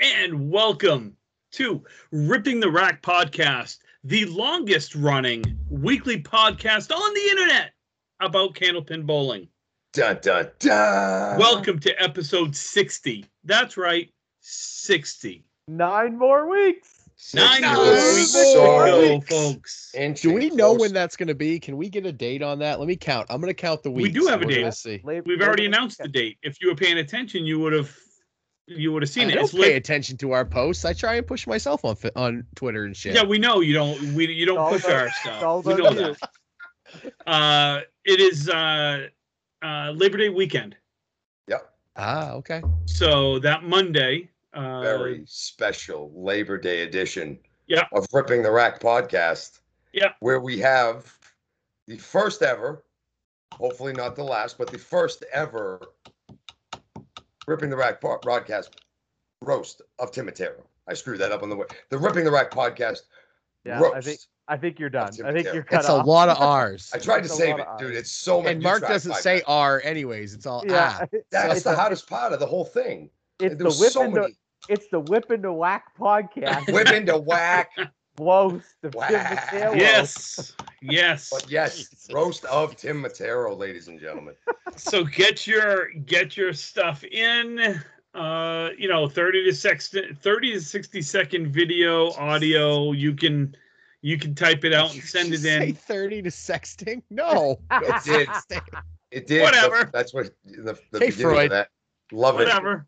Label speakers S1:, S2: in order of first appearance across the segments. S1: and welcome to Ripping the Rack podcast, the longest running weekly podcast on the internet about candlepin bowling.
S2: Dun, dun,
S3: Uh-huh.
S2: dun.
S1: Welcome to episode 60. That's right, 60.
S4: Nine more weeks.
S1: Nine
S2: Six
S4: Nine
S1: more weeks to
S2: more
S1: go,
S2: weeks.
S1: folks.
S2: And
S3: Do we
S2: stay
S3: know
S2: close.
S3: when that's going to be? Can we get a date on that? Let me count. I'm going to count the
S1: We
S3: weeks.
S1: do have
S3: and
S1: a
S3: we're
S1: date.
S3: gonna see.
S4: Lab-
S1: We've already
S4: Labor Day
S1: announced the
S4: weekend.
S1: date. If you were paying attention, you would have you would have
S3: I
S1: seen it.
S3: don't
S1: It's
S3: pay
S1: lit-
S3: attention to our posts. I try and push myself on fi- on Twitter and shit.
S1: yeah, we know you don't we you don't
S4: It's all
S1: push
S4: about-
S1: our
S4: it's all
S1: stuff. We
S4: about
S1: know
S4: you.
S1: that. Uh, it is uh, uh, Labor Day weekend.
S2: Yep.
S3: Ah, okay.
S1: So that Monday, uh,
S2: Very special Labor Day edition
S1: Yeah.
S2: of Ripping the Rack podcast.
S1: Yeah.
S2: Where we have the first ever, hopefully not the last, but the first ever Ripping the Rack po- broadcast roast of Timotero. I screwed that up on the way. The Ripping the Rack podcast
S4: Yeah,
S2: roast.
S4: I think I think you're done.
S2: That's
S4: I think
S2: immaterial.
S4: you're cut
S3: That's a
S4: off.
S3: lot of R's.
S2: I tried to
S4: That's a
S2: save
S4: lot
S2: it,
S4: of
S2: dude.
S4: hours.
S2: It's so many.
S3: and
S2: you
S3: Mark
S2: tried
S3: doesn't
S2: five
S3: say
S2: times.
S3: R anyways. It's all
S4: Yeah,
S3: ah.
S2: That's
S4: it's,
S2: the hottest part of the whole thing.
S4: it's the
S2: There's
S4: whip
S2: so
S4: into
S2: many
S4: it's the whip into whack podcast.
S2: whip into whack.
S4: Blows the
S2: Wow.
S1: yes, yes.
S2: But yes, roast of Tim Matero, ladies and gentlemen.
S1: so get your get your stuff in. Uh, you know, thirty to sex, thirty to sixty second video, audio. You can you can type it out and
S3: Did you
S1: send it
S3: Say
S1: in.
S3: thirty to sexting. No.
S2: It did. It did.
S1: Whatever.
S2: That's- That's what the, the
S3: Hey,
S2: beginning
S3: Freud.
S2: of that. Love it.
S1: Whatever,
S2: Love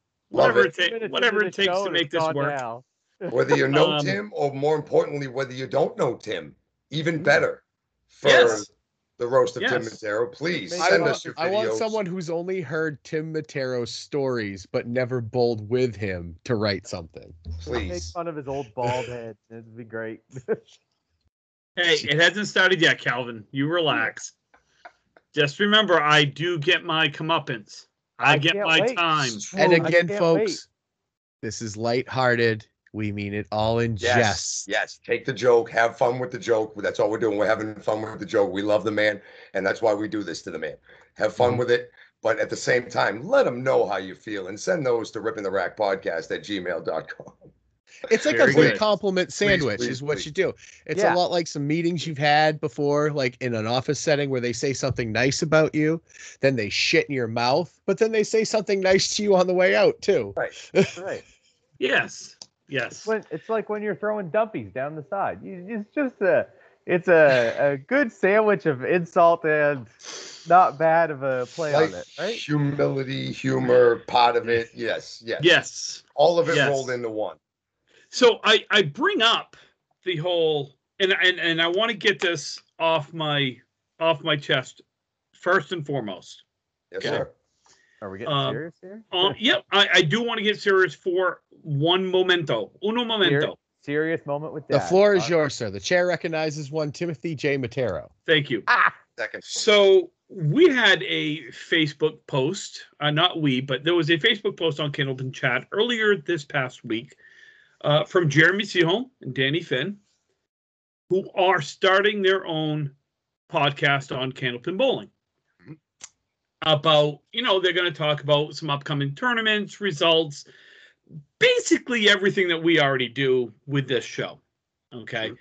S1: whatever
S2: it.
S1: it, takes, whatever it takes to make this work.
S2: Whether you know
S1: Um,
S2: Tim or more importantly, whether you don't know Tim, even
S4: Mm.
S2: better. For
S1: Yes.
S2: the roast of Tim
S1: Yes.
S2: Matero, please
S4: I
S2: send
S4: want-
S2: us your videos.
S3: I want someone who's only heard Tim Matero's stories but never bowled with him to write something.
S4: Make
S2: please.
S4: fun of his old bald head. It'd be great.
S1: Hey, it hasn't started yet, Calvin. You relax. Just remember, I do get my comeuppance. I,
S4: I
S1: get
S4: can't
S1: my
S4: wait.
S1: time.
S3: And
S2: True.
S4: I
S3: again,
S4: can't
S3: folks,
S4: wait.
S3: this is lighthearted. We mean it all in
S2: Yes.
S3: jest.
S2: Yes, take the joke, have fun with the joke. That's all we're doing. We're having fun with the joke. We love the man, and that's why we do this to the man. Have fun
S4: Mm-hmm.
S2: with it, but at the same time, let him know how you feel and send those to ripping the rack podcast at gmail.com.
S3: It's like
S1: Very
S3: a free
S1: good.
S3: compliment sandwich
S2: please,
S3: is what
S2: please.
S3: you do. It's
S4: Yeah.
S3: a lot like some meetings you've had before, like in an office setting where they say something nice about you, then they shit in your mouth, but then they say something nice to you on the way out too.
S4: right.
S1: Yes, yes.
S4: When it's like when you're throwing dumpies down the side. You, it's just a it's a, a good sandwich of insult and not bad of a play on it, right?
S2: humility, humor, part of it. Yes, yes.
S1: Yes.
S2: All of it
S1: Yes.
S2: rolled into one.
S1: So I I bring up the whole and and and I want to get this off my off my chest first and foremost.
S2: Yes,
S1: Okay.
S2: sir.
S4: Are we getting
S1: Um,
S4: serious here?
S1: Um, yep, I, I do want to get serious for one momento, uno momento.
S4: Serious, serious moment with
S3: The
S4: Dad.
S3: floor
S4: Uh,
S3: is yours, sir. The chair recognizes one Timothy J. Matero.
S1: Thank you.
S4: Ah,
S2: Second.
S1: So we had a Facebook post, uh, not we, but there was a Facebook post on Kindleton Chat earlier this past week uh, from Jeremy Sihon and Danny Finn, who are starting their own podcast on Candlepin Bowling.
S2: Mhm.
S1: About, you know, they're going to talk about some upcoming tournaments, results, basically everything that we already do with this show. Okay.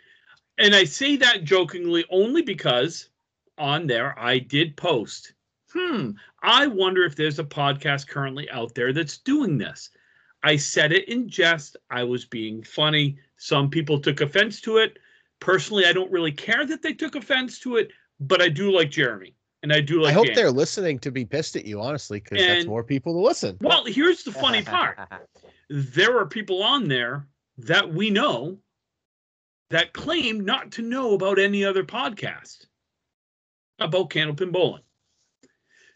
S1: And I say that jokingly only because on there I did post, hmm, I wonder if there's a podcast currently out there that's doing this. I said it in jest. I was being funny. Some people took offense to it. Personally, I don't really care that they took offense to it, but I do like Jeremy and I do like
S3: I hope
S1: Dan.
S3: they're listening to be pissed at you, honestly, because that's
S1: And-
S3: more people to listen.
S1: Well, here's the funny part. There are people on there that we know that claim not to know about any other podcast about Candlepin Bowling.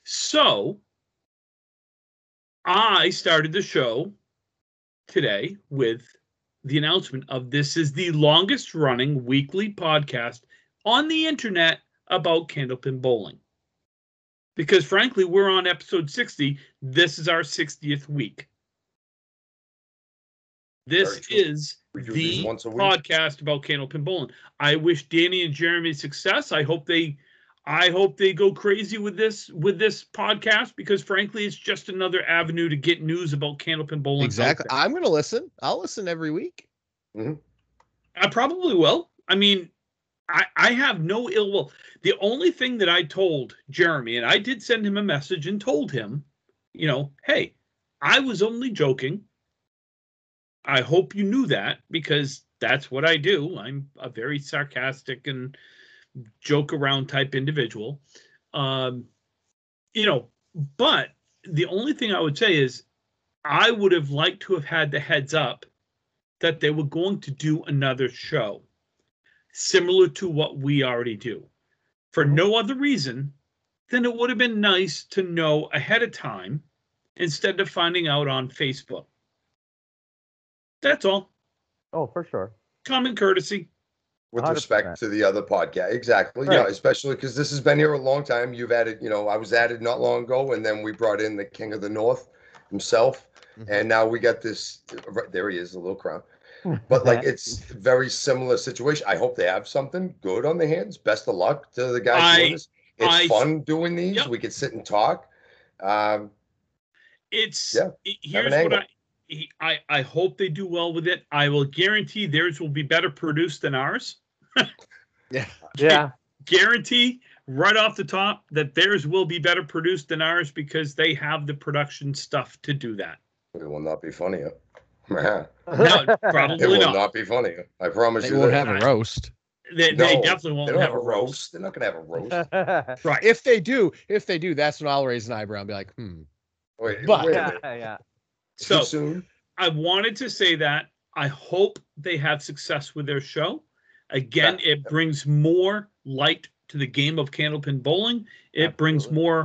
S1: So I started the show today with the announcement of this is the longest running weekly podcast on the internet about Candlepin Bowling. Because frankly, we're on episode 60. This is our 60th week. This
S2: Very true.
S1: is
S2: We do
S1: the
S2: these once a week.
S1: podcast about Candlepin Bowling. I wish Danny and Jeremy success. I hope they I hope they go crazy with this with this podcast because frankly, it's just another avenue to get news about Candlepin Bowling.
S3: Exactly. I'm going to listen. I'll listen every week.
S1: I probably will. I mean, I I have no ill will. The only thing that I told Jeremy, and I did send him a message and told him, you know, hey, I was only joking. I hope you knew that because that's what I do. I'm a very sarcastic and joke around type individual. Um, you know, but the only thing I would say is I would have liked to have had the heads up that they were going to do another show similar to what we already do for no other reason than it would have been nice to know ahead of time instead of finding out on Facebook. That's all.
S4: Oh, for sure.
S1: Common courtesy.
S2: with
S4: 100%.
S2: respect to the other podcast. Exactly. Yeah,
S4: Right.
S2: especially because this has been here a long time. You've added, you know, I was added not long ago, and then we brought in the King of the North himself,
S3: Mhm.
S2: and now we got this. right- There he is, the little crown. But like, it's very similar situation. I hope they have something good on their hands. Best of luck to the guys
S1: I-
S2: doing this. It's
S1: I-
S2: fun doing these.
S1: Yep.
S2: We could sit and talk. Um,
S1: It's
S2: Yeah,
S1: it- here's
S2: an
S1: what
S2: angle.
S1: I, he- I I hope they do well with it. I will guarantee theirs will be better produced than ours.
S3: Yeah.
S4: yeah.
S1: Guarantee right off the top that theirs will be better produced than ours because they have the production stuff to do that.
S2: it will not be funnier. it
S1: No, probably
S2: will
S1: not.
S2: not. be funnier. I promise
S3: They
S2: you.
S3: won't
S2: that.
S3: have a roast.
S1: They, they
S2: No,
S1: definitely won't
S2: They don't
S1: have a roast.
S2: They're not gonna have a roast.
S1: Right.
S3: If they do, if they do, that's when I'll raise an eyebrow and be like, hmm.
S2: Wait,
S3: But-
S2: wait a
S4: yeah,
S2: minute.
S4: yeah.
S1: So
S2: Too soon.
S1: I wanted to say that. I hope they have success with their show. Again, it brings more light to the game of candlepin bowling. It brings
S4: Absolutely.
S1: more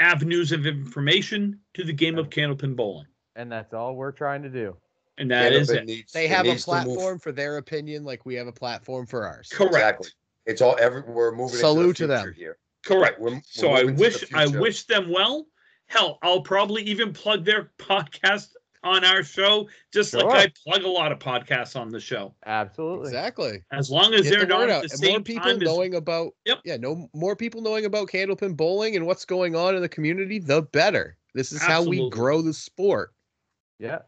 S1: avenues of information to the game of candlepin bowling.
S4: And that's all we're trying to do.
S1: And that is
S2: Hennepin
S1: it.
S2: needs-
S3: They
S2: it
S3: have a
S2: needs to move-
S3: platform for their opinion, like we have a platform for ours.
S1: Correct.
S2: Exactly. It's all every we're moving.
S3: Salute
S2: into
S3: to
S2: the
S3: them.
S2: future Here.
S1: Correct.
S2: Right, we're- we're
S1: so I
S2: moving to the
S1: wish I
S2: future.
S1: wish them well. Hell, I'll probably even plug their podcast on our show, just
S4: Sure.
S1: like I plug a lot of podcasts on the show.
S4: Absolutely.
S3: Exactly.
S1: As long as
S3: Get
S1: they're
S3: the
S1: not
S3: word
S1: at
S3: out.
S1: the
S3: And
S1: same
S3: more people
S1: time as
S3: knowing about
S1: Yep.
S3: yeah, no more people knowing about candlepin bowling and what's going on in the community, the better. This is how
S1: Absolutely.
S3: we grow the sport.
S4: Yeah.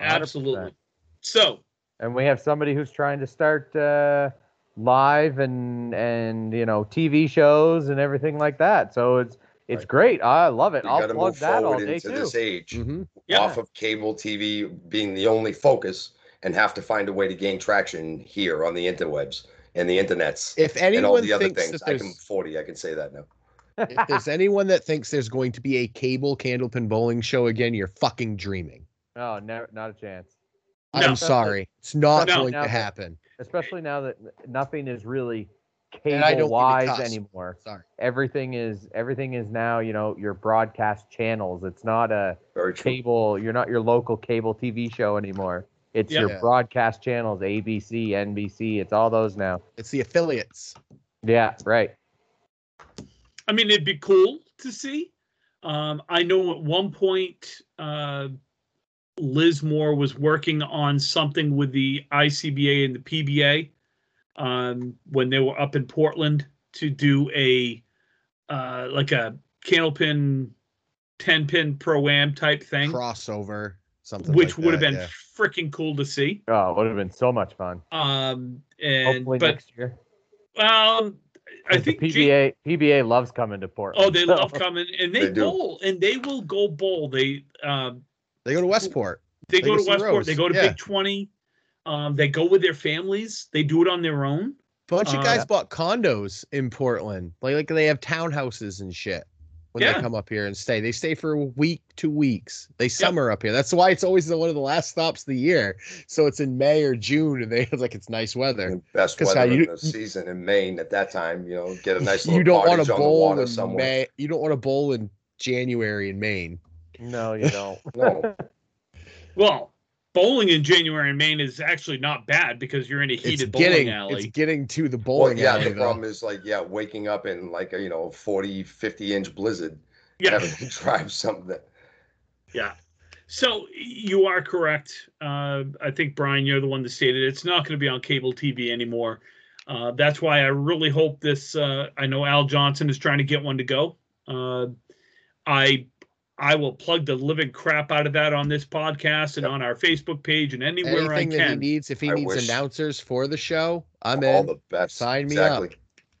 S1: absolutely. So
S4: and we have somebody who's trying to start uh, live and and you know TV shows and everything like that. So it's it's
S2: Right.
S4: great. I love it.
S2: We
S4: I'll
S2: gotta
S4: plug
S2: move
S4: that all
S2: forward
S4: day
S2: into
S4: too.
S2: this age
S3: Mm-hmm.
S1: Yeah.
S2: off of cable TV being the only focus and have to find a way to gain traction here on the interwebs and the internets
S3: If
S2: and all
S3: anyone
S2: the other
S3: thinks
S2: things.
S3: that
S2: I
S3: there's
S2: can 40, I can say that now.
S3: if there's anyone that thinks there's going to be a cable candlepin bowling show again, you're fucking dreaming.
S4: Oh, no, not a chance.
S1: No.
S3: I'm sorry. It's not
S1: No.
S3: going
S4: No.
S3: to happen.
S4: Especially now that nothing is really
S3: And I
S4: cable
S3: don't mean to
S4: wise
S3: cuss.
S4: anymore.
S3: Sorry.
S4: Everything is everything is now you know your broadcast channels. It's not a
S2: Very true.
S4: cable. You're not your local cable TV show anymore. It's
S1: Yeah.
S4: your
S3: Yeah.
S4: broadcast channels, ABC, NBC. It's all those now.
S3: It's the affiliates.
S4: Yeah, right.
S1: I mean, it'd be cool to see. Um, I know at one point, uh, Liz Moore was working on something with the ICBA and the PBA um, when they were up in Portland to do a uh, like a candlepin, ten pin pro am type thing,
S3: Crossover. Something
S1: which
S3: like
S1: would have
S3: that,
S1: been
S3: yeah.
S1: freaking cool to see.
S4: Oh, it would have been so much fun.
S1: Um, and
S4: Hopefully
S1: but
S4: next year.
S1: um, I
S4: Because the
S1: think G-
S4: PBA PBA loves coming to Portland.
S1: Oh, they
S4: so-
S1: love coming, and they,
S2: They do.
S1: bowl, and they will go bowl. They um,
S3: They go to Westport.
S1: they
S3: They
S1: go
S3: go
S1: to
S3: see
S1: Westport.
S3: Rose,
S1: They go to
S3: yeah.
S1: Big Twenty. Um, they go with their families. They do it on their own.
S3: bunch
S1: Uh,
S3: of guys bought condos in Portland. Like, like they have townhouses and shit when
S1: Yeah.
S3: they come up here and stay. They stay for a week, two weeks. They summer up here. That's why it's always the, one of the last stops of the year. So it's in May or June, and they it's like it's nice weather.
S2: And best
S3: 'Cause
S2: weather
S3: how
S2: in
S3: you-
S2: the season in Maine at that time, you know, get a nice little
S3: you don't want
S2: cottage
S3: to
S2: on the
S3: bowl
S2: water
S3: in
S2: somewhere.
S3: May. You don't want to bowl in January in Maine.
S4: No, you don't.
S2: No,
S1: Well, bowling in January in Maine is actually not bad because you're in a
S3: It's
S1: heated
S3: getting
S1: bowling alley.
S3: it's getting to the
S2: well,
S3: bowling
S2: yeah,
S3: alley
S2: the
S3: though.
S2: problem is like, yeah, waking up in like a, you know, 40, 50 inch blizzard,
S1: yeah,
S2: having to drive something that
S1: yeah. So you are correct. Uh, I think Brian, you're the one that stated it's not going to be on cable TV anymore. Uh, that's why I really hope this. Uh, I know Al Johnson is trying to get one to go. Uh, I I will plug the living crap out of that on this podcast and on our Facebook page and anywhere
S3: Anything
S1: I
S3: that he
S1: can
S3: needs, if he
S2: I
S3: needs
S2: wish-
S3: announcers for the show, I'm
S2: all
S3: in.
S2: the best.
S3: Sign me
S2: exactly.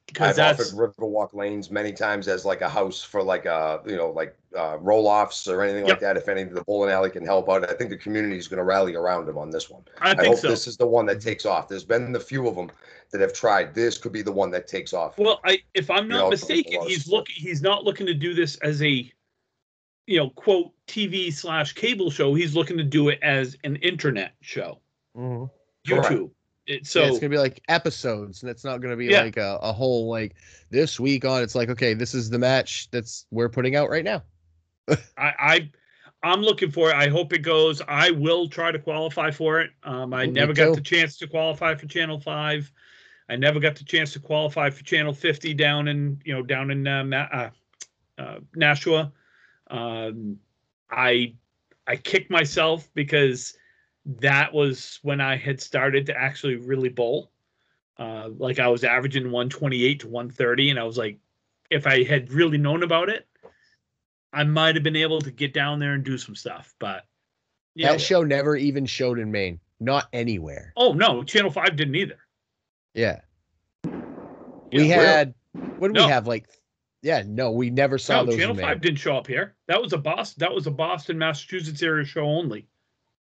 S1: because
S2: I've
S1: that's
S2: offered Riverwalk lanes many times as like a house for like uh you know like uh, roll offs or anything like that. If any of the bowling alley can help out, I think the community is going to rally around him on this one.
S1: I
S2: I
S1: think
S2: hope
S1: so. Mm-hmm.
S2: this is the one that takes off. There's been the few of them that have tried. This could be the one that takes off.
S1: Well, I if I'm
S2: We
S1: not
S2: all talked a
S1: mistaken,
S2: lot of
S1: he's
S2: stuff.
S1: look he's not looking to do this as a you know quote TV slash cable show. He's looking to do it as an internet show,
S4: hmm
S2: Correct.
S1: YouTube. It, so
S3: So it's gonna be like episodes, and it's not gonna be
S1: Yeah.
S3: like a, a whole like this week on. It's like okay, this is the match that's we're putting out right now.
S1: I, I I'm looking for it. I hope it goes. I will try to qualify for it. Um, I
S3: Me
S1: never got
S3: too.
S1: the chance to qualify for Channel Five. I never got the chance to qualify for Channel 50 down in you know down in uh, Ma- uh, uh, Nashua. Um, I I kicked myself because that was when I had started to actually really bowl. Uh, like I was averaging 128 to 130, and I was like, if I had really known about it, I might have been able to get down there and do some stuff. But yeah,
S3: That show never even showed in Maine, not anywhere.
S1: oh no, Channel Five didn't either.
S3: Yeah, we
S2: Yeah, really?
S3: had what did
S1: No.
S3: we have like? Yeah, no, we never saw
S1: No,
S3: those
S1: Channel
S3: in Maine.
S1: Five didn't show up here. That was a Boston. That was a Boston, Massachusetts area show only.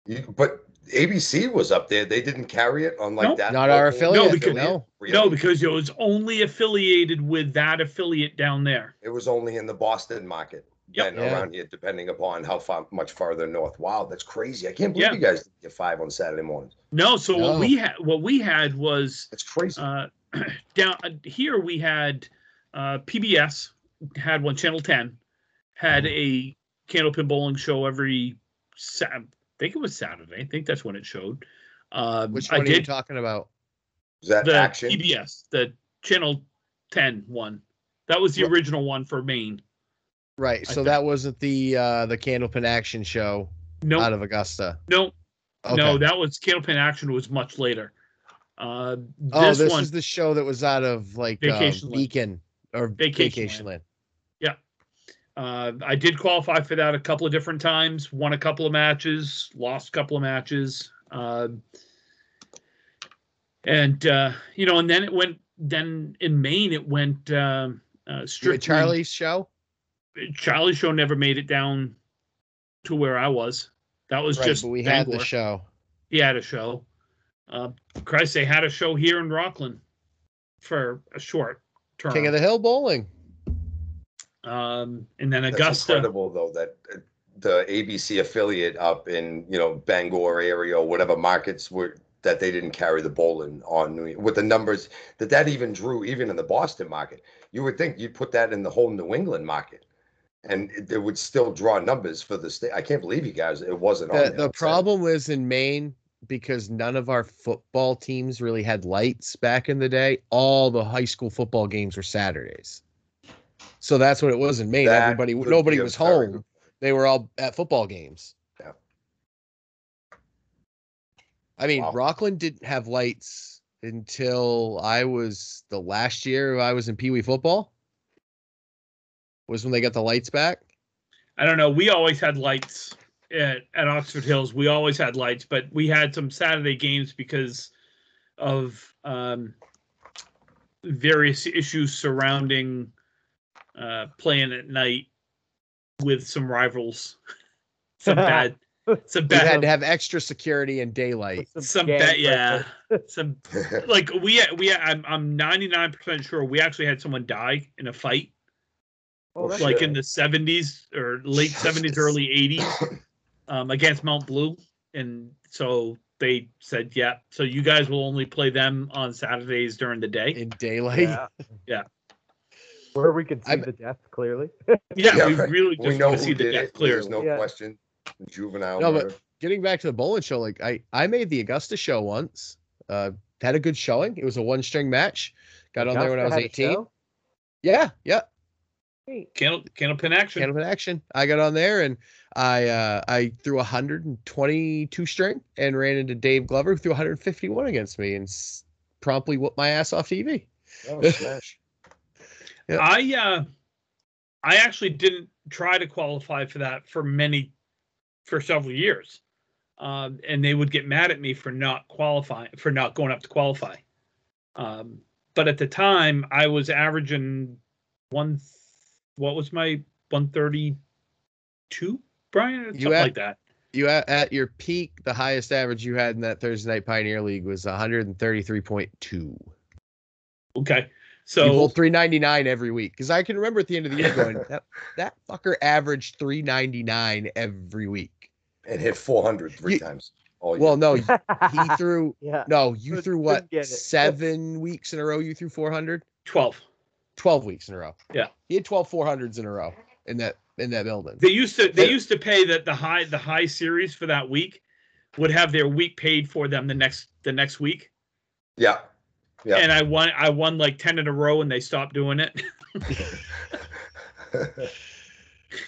S2: You- but ABC was up there. They didn't carry it on like
S1: Nope.
S2: that.
S3: Not our
S2: local-
S3: affiliate.
S1: No, because-
S3: no.
S1: No, because it was only affiliated with that affiliate down there.
S2: It was only in the Boston market.
S1: Yep.
S2: then
S3: Yeah.
S2: around here, depending upon how far, much farther north. Wow, that's crazy! I can't believe
S1: Yeah.
S2: you guys did your five on Saturday mornings.
S1: No, so what
S3: No.
S1: we had, what we had was
S2: That's crazy.
S1: uh, down uh, here. We had uh, PBS had one, Channel Ten had a
S3: Mm-hmm.
S1: candlepin bowling show every. Sa- I think it was Saturday. I think that's when it showed. Um,
S3: Which
S1: I
S3: one are you
S1: did
S3: talking about?
S2: Is that
S1: the
S2: action?
S1: PBS, the Channel 10 one. That was the
S2: Right.
S1: original one for Maine.
S3: Right.
S1: I
S3: So
S1: think-
S3: that wasn't the uh the Candlepin action show
S1: No,
S3: out of Augusta.
S1: no,
S3: Okay.
S1: no. That was Candlepin Action was much later. Uh, this,
S3: oh, this
S1: one,
S3: is the show that was out of like
S1: Vacation
S3: uh,
S1: Land.
S3: Beacon or
S1: Vacation
S3: Vacation,
S1: Land.
S3: Land.
S1: uh, I did qualify for that a couple of different times. Won a couple of matches, lost a couple of matches. Uh, and uh, you know, and then it went. Then in Maine, it went um uh,
S3: You
S1: strictly.
S3: had Charlie's show.
S1: Charlie show never made it down to where I was. That was
S3: Right,
S1: just
S3: but we had the
S1: Bangor.
S3: show.
S1: he had a show. Uh, Christ, they had a show here in Rockland for a short term.
S3: King of the Hill bowling.
S1: um, and then
S2: That's
S1: Augusta.
S2: incredible though that uh, the ABC affiliate up in you know Bangor area or whatever markets were that they didn't carry the bowling on New- with the numbers that that even drew even in the Boston market. You would think you'd put that in the whole New England market, and it, it would still draw numbers for the state. I can't believe you guys it wasn't on
S3: The
S2: there
S3: the
S2: on Saturday.
S3: problem was in Maine because none of our football teams really had lights back in the day. All the high school football games were Saturdays. So that's what it was in Maine.
S2: That
S3: Everybody
S2: could
S3: nobody
S2: be a
S3: was
S2: very
S3: home.
S2: good-
S3: They were all at football games.
S2: Yeah.
S3: I mean,
S2: Wow.
S3: Rockland didn't have lights until I was the last year I was in Pee Wee football. Was when they got the lights back.
S1: I don't know. We always had lights at, at Oxford Hills. We always had lights, but we had some Saturday games because of um, various issues surrounding uh, playing at night with some rivals. Some bad, some
S3: You
S1: bad,
S3: had to have extra security and daylight.
S1: some
S4: gang
S1: bad, yeah,
S4: pressure.
S1: some like we we I'm I'm 99% sure we actually had someone die in a fight
S4: Oh, that's
S2: Sure.
S1: like in the 70s or late 70s
S3: Jesus.
S1: early 80s um, against Mount Blue and so they said yeah so you guys will only play them on Saturdays during the day
S3: in daylight.
S4: yeah.
S1: Yeah.
S4: Where we can see
S3: I'm-
S4: the death clearly.
S1: yeah,
S2: Yeah,
S1: we
S2: right.
S1: really
S2: we
S1: just
S2: know
S1: want
S2: who
S1: to see the
S2: did
S1: death
S2: it. There's
S1: clearly
S2: no
S4: Yeah.
S2: question. Juvenile
S3: No, but-
S2: murder.
S3: Getting back to the bowling show, like I, I made the Augusta show once. Uh, had a good showing. It was a one string match. Got on there when I was
S4: Augusta had a
S3: 18.
S4: show?
S3: Yeah, yeah.
S4: Wait,
S1: candle candlepin action
S3: Candlepin action. I got on there and I uh, I threw 122 string and ran into Dave Glover who threw 151 against me and s- promptly whoop my ass off TV.
S2: That was smash.
S3: Yeah.
S1: I uh, I actually didn't try to qualify for that for many, for several years, um, and they would get mad at me for not qualifying, for not going up to qualify. Um, but at the time, I was averaging one. What was my one thirty two, Brian? Something
S3: had-
S1: like that.
S3: You at, at your peak, the highest average you had in that Thursday night Pioneer League was 133.2.
S1: Okay,
S3: you
S1: so
S3: hold 399 every week because I can remember at the end of the year going that, that fucker averaged 399 every week.
S2: And hit 400 three
S3: You-
S2: times. All year.
S3: Well, no, he threw
S4: yeah.
S3: no, you
S4: Couldn't-
S3: threw what
S4: couldn't get it.
S3: seven weeks in a row. You threw 400,
S1: twelve.
S3: 12 weeks in a row.
S1: Yeah.
S3: he had 12 400s in a row in that in that building.
S1: They used to they
S3: Yeah.
S1: used to pay that the high the high series for that week would have their week paid for them the next the next week.
S2: yeah. Yeah.
S1: And I won I won like ten in a row and they stopped doing it.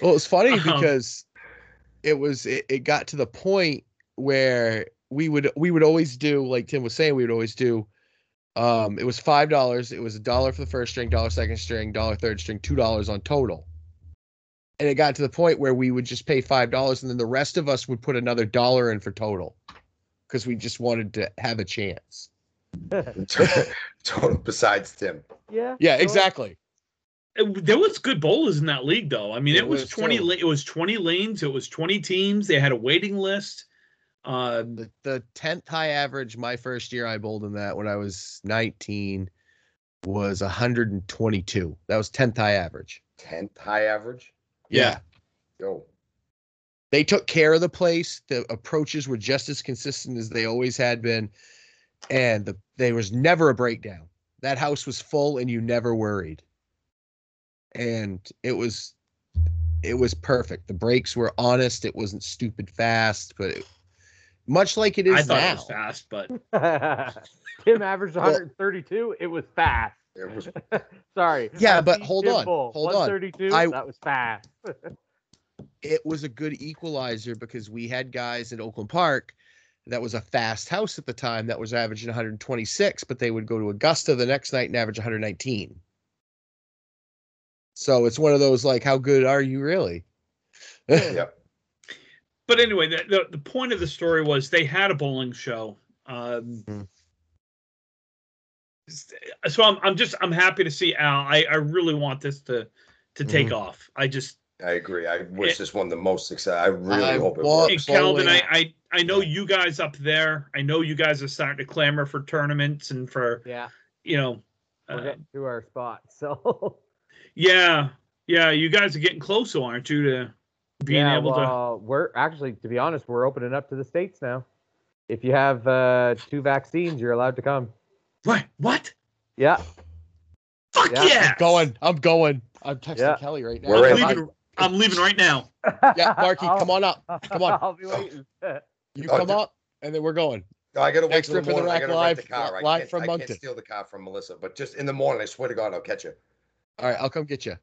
S3: Well, it's funny
S1: Uh-huh.
S3: because it was it, it got to the point where we would we would always do like Tim was saying we would always do um it was five dollars it was a dollar for the first string dollar second string dollar third string two dollars on total and it got to the point where we would just pay five dollars and then the rest of us would put another dollar in for total because we just wanted to have a chance
S2: Total besides Tim.
S4: Yeah.
S3: yeah
S4: sure.
S3: exactly
S1: It- there was good bowlers in that league though. I mean, it,
S3: There
S1: was,
S3: was,
S1: twenty.
S3: too.
S1: La- it was twenty lanes. It was twenty teams. They had a waiting list. Uh,
S3: the the tenth high average my first year I bowled in that when I was nineteen was hundred and twenty two. That was tenth high average.
S2: 10th high average.
S1: Yeah.
S2: Yo.
S3: They took care of the place. The approaches were just as consistent as they always had been. And the there was never a breakdown. That house was full and you never worried. And it was it was perfect. The breaks were honest. It wasn't stupid fast, but it, much like it is
S1: I thought
S3: now.
S1: it was fast, but
S4: Tim averaged
S3: Well-
S4: 132. It was fast.
S2: It was
S4: Sorry.
S3: Yeah,
S4: I
S3: but
S4: beat
S3: hold
S4: Tim
S3: on,
S4: Bull.
S3: hold on.
S4: 132.
S3: I-
S4: that was fast.
S3: it was a good equalizer because we had guys in Oakland Park that was a fast house at the time that was averaging 126, but they would go to Augusta the next night and average 119. So it's one of those like, how good are you really?
S2: yeah.
S1: but anyway, the, the the point of the story was they had a bowling show. Um,
S3: Mhm.
S1: s- So I'm I'm just I'm happy to see Al. I I really want this to to take
S3: Mhm.
S1: off. I just
S2: I agree. I wish
S1: It-
S2: this one the most success. I really
S3: I
S2: hope it
S3: want-
S1: and
S2: works.
S1: Calvin, I,
S3: bowling.
S1: I I know you guys up there. I know you guys are starting to clamor for tournaments and for
S4: Yeah.
S1: you know,
S4: We're
S1: uh,
S4: getting to our spot. So
S1: yeah, yeah. You guys are getting closer, aren't you? To being
S4: yeah,
S1: able to.
S4: well, We're actually, to be honest, we're opening up to the states now. If you have uh, two vaccines, you're allowed to come.
S1: What? What?
S4: Yeah.
S1: Fuck
S4: Yeah,
S1: yeah!
S4: I'm
S3: I'm going. I'm going. I'm texting
S4: Yeah.
S3: Kelly right now.
S2: We're
S1: I'm
S2: in.
S3: Marky-
S1: leaving, I'm leaving right now.
S3: yeah, Marky, come on up. Come on.
S4: I'll be waiting.
S3: You
S2: Oh,
S3: come
S2: dude.
S3: up and then we're going.
S2: No, I gotta wait till
S3: Extra
S2: the
S3: for the
S2: morning. I
S3: rack
S2: gotta
S3: live-
S2: rent the car. I
S3: live
S2: can't,
S3: from
S2: I
S3: Moncton.
S2: can't steal the car from Melissa, but just in the morning, I swear to God, I'll catch you.
S3: All right, I'll come get you.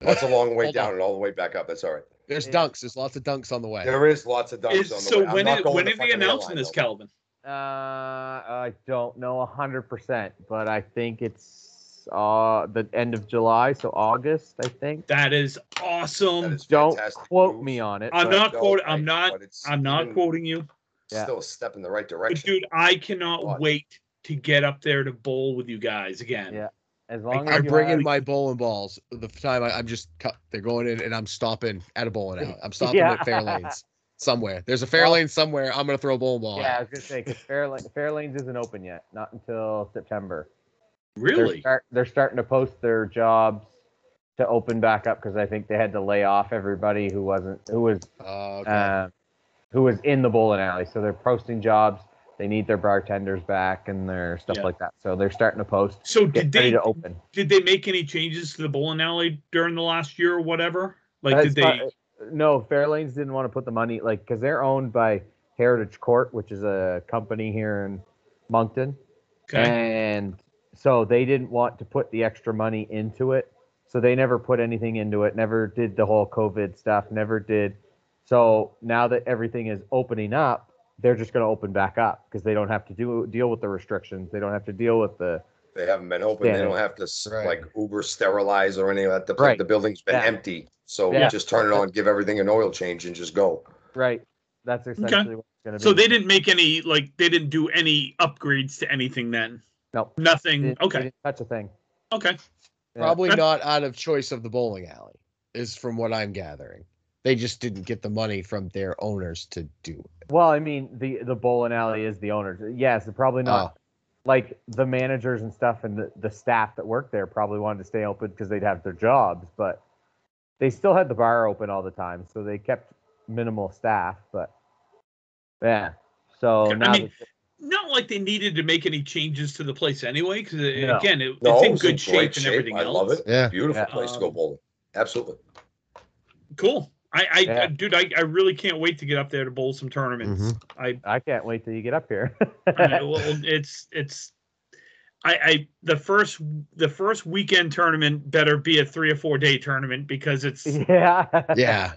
S2: That's a long way
S3: Hold on.
S2: down and all the way back up. That's all right.
S3: There's
S4: Yeah.
S3: dunks. There's lots of dunks on the way.
S2: There is lots of
S1: Is,
S2: dumps on the
S1: so
S2: way. I'm
S1: when
S2: not
S1: it,
S2: going
S1: when
S2: to
S1: are they
S2: fucking
S1: announcing
S2: airline,
S1: this,
S2: though.
S1: Calvin?
S4: Uh, I don't know 100%, but I think it's uh, the end of July, so August, I think.
S1: That is awesome.
S2: That is
S4: Don't
S2: fantastic
S4: quote
S2: news.
S4: me on it.
S1: I'm
S4: but-
S1: not
S2: No,
S1: quoting- I'm
S2: right,
S1: not-
S2: but it's
S1: I'm not
S2: even
S1: quoting you,
S4: Yeah.
S2: Still a step in the right
S1: but
S2: direction.
S1: dude, I cannot
S2: What?
S1: wait to get up there to bowl with you guys again.
S4: Yeah. As long as
S3: I
S4: you
S3: bring
S4: have-
S3: in my bowling balls. The time I, I'm just cut, they're going in, and I'm stopping at a bowling alley. I'm stopping
S4: Yeah.
S3: at fair lanes somewhere. There's a fair
S4: Well-
S3: lane somewhere. I'm gonna throw a bowling ball.
S4: Yeah, I
S3: Yeah.
S4: was gonna say because Fairlane, Fairlanes isn't open yet, not until September. They're,
S1: Really?
S4: start, they're starting to post their jobs to open back up because I think they had to lay off everybody who wasn't who was
S3: Uh, okay.
S4: uh, who was in the bowling alley. So they're posting jobs. They need their bartenders back and their stuff
S1: Yeah.
S4: like that. So they're starting to post.
S1: So did
S4: Get ready
S1: they
S4: to open.
S1: did they make any changes to the bowling alley during the last year or whatever? Like
S4: That's
S1: did they?
S4: fi- no, Fairlanes didn't want to put the money like because they're owned by Heritage Court, which is a company here in Moncton.
S1: okay.
S4: And so they didn't want to put the extra money into it. So they never put anything into it, never did the whole COVID stuff, never did. So now that everything is opening up, they're just going to open back up because they don't have to do, deal with the restrictions. They don't have to deal with the
S2: They haven't been open. They
S4: Yeah.
S2: don't have to s-
S3: Right.
S2: like Uber sterilize or any of that. The, pla-
S4: Right.
S2: the building's been
S4: Yeah.
S2: empty. So
S4: Yeah.
S2: just turn it on, give everything an oil change and just go.
S4: right. That's essentially what it's going to be.
S1: So they didn't make any like they didn't do any upgrades to anything then.
S4: Nope.
S1: Nothing.
S4: They- they
S1: Mm, Okay.
S4: didn't touch a thing.
S1: Okay.
S4: Yeah.
S3: Probably
S1: Yeah.
S3: not out of choice of the bowling alley, is from what I'm gathering. They just didn't get the money from their owners to do it.
S4: Well, I mean, the the bowling alley is the owners. Yes, it's probably not.
S3: Oh.
S4: Like the managers and stuff, and the, the staff that worked there probably wanted to stay open because they'd have their jobs, but they still had the bar open all the time, so they kept minimal staff. But yeah, so
S1: I
S4: now
S1: mean,
S4: that-
S1: Not like they needed to make any changes to the place anyway, because
S4: No.
S1: again, it,
S2: No,
S1: it's in
S2: it's in
S1: good
S2: great
S1: shape and
S2: shape.
S1: everything
S2: I
S1: else.
S2: love it.
S3: Yeah.
S2: Beautiful
S4: Yeah.
S2: place to go
S1: Um,
S2: bowling. Absolutely.
S1: Cool. I, I
S4: Yeah.
S1: dude, I, I really can't wait to get up there to bowl some tournaments. I,
S4: I can't wait till you get up here.
S1: I well, it's it's I, I the first the first weekend tournament better be a three or four day tournament because it's
S4: yeah.
S3: Yeah.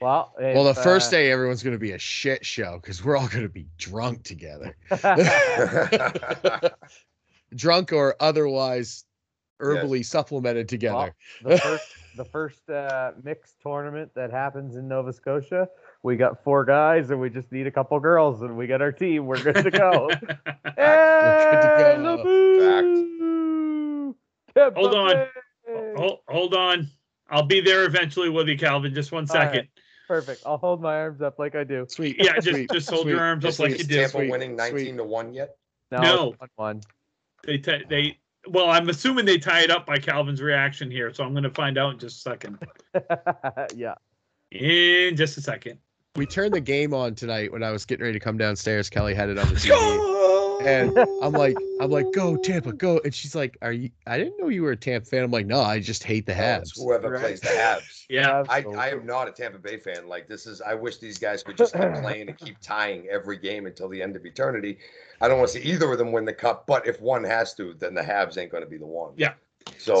S4: Well,
S3: Well, the
S4: if,
S3: first
S4: uh,
S3: day, everyone's going to be a shit show because we're all going to be drunk together.
S4: uh,
S3: drunk or otherwise herbally supplemented together.
S4: the first the first uh, mixed tournament that happens in Nova Scotia. We got four guys and we just need a couple girls and we got our team. We're good to go.
S3: We're good to
S4: And
S3: go.
S4: the boo! Tampa
S1: Hold on.
S4: Bay!
S1: hold, hold on. I'll be there eventually with you, Calvin. Just one
S4: All right.
S1: second.
S4: Perfect. I'll hold my arms up like I do.
S3: Sweet.
S1: Yeah, just
S3: Sweet.
S1: just hold
S3: Sweet.
S1: your arms up
S3: Sweet.
S1: like you
S2: Is
S1: did.
S2: Tampa
S3: sweet,
S2: winning
S3: sweet.
S2: 19 to 1 yet?
S1: No.
S4: One, one.
S1: They t- they well, I'm assuming they tie it up by Calvin's reaction here, so I'm going to find out in just a second.
S4: yeah.
S1: In just a second.
S3: We turned the game on tonight when I was getting ready to come downstairs. Kelly had it on the TV. And I'm like, I'm like, go Tampa, go. And she's like, Are you? I didn't know you were a Tampa fan. I'm like, No, I just hate
S4: Oh,
S3: the
S2: No, it's
S3: Habs.
S2: whoever
S1: Right.
S2: plays the Habs.
S1: Yeah.
S2: I,
S4: Absolutely.
S2: I am not a Tampa Bay fan. Like this is, I wish these guys could just keep playing and keep tying every game until the end of eternity. I don't want to see either of them win the cup, but if one has to, then the Habs ain't going to be the one.
S1: Yeah.
S2: So,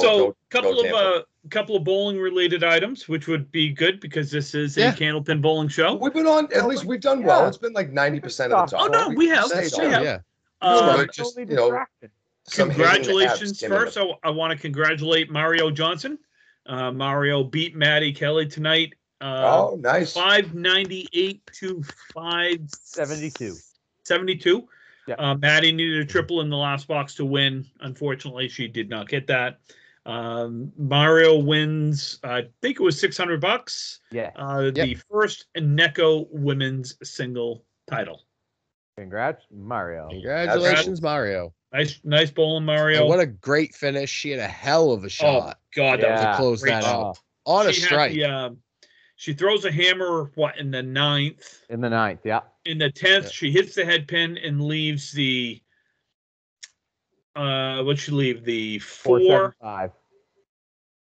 S1: so,
S2: go-
S1: couple of
S2: Tampa.
S1: uh, couple of bowling related items, which would be good because this is a
S3: Yeah.
S1: Candlepin bowling show.
S2: we've been on. At
S4: Oh
S2: least
S4: my-
S2: we've done well.
S4: yeah.
S2: It's been like ninety percent of the
S4: Oh,
S2: time.
S1: no, we have.
S2: stayed
S1: We
S2: on.
S1: have.
S3: yeah.
S1: Um,
S2: but just,
S4: Only
S2: you know,
S4: distraction.
S2: Some hating the Habs
S1: congratulations
S2: came in the-
S1: first. I, I want to congratulate Mario Johnson. Uh, Mario beat Maddie Kelly tonight. Uh,
S2: oh, nice.
S1: 598 to 572.
S4: 72.
S1: 72.
S4: Yeah.
S1: Uh, Maddie needed a triple in the last box to win. Unfortunately, she did not get that. Um, Mario wins, I think it was 600 bucks.
S4: Yeah.
S1: Uh, The first NECO women's single title.
S4: Congrats, Mario.
S3: Congratulations, Mario.
S1: Nice, nice bowling, Mario.
S3: And what a great finish. She had a hell of a
S1: oh,
S3: shot
S1: God, that was
S3: to
S4: Yeah.
S3: close
S1: great
S3: that
S1: shot.
S4: Uh,
S3: out on a
S1: she had
S3: strike.
S1: the, um, she throws a hammer, what, in the ninth?
S4: In the ninth. Yeah.
S1: in the tenth,
S3: Yeah.
S1: she hits the head pin and leaves the uh what'd she leave? The four,
S4: seven, five.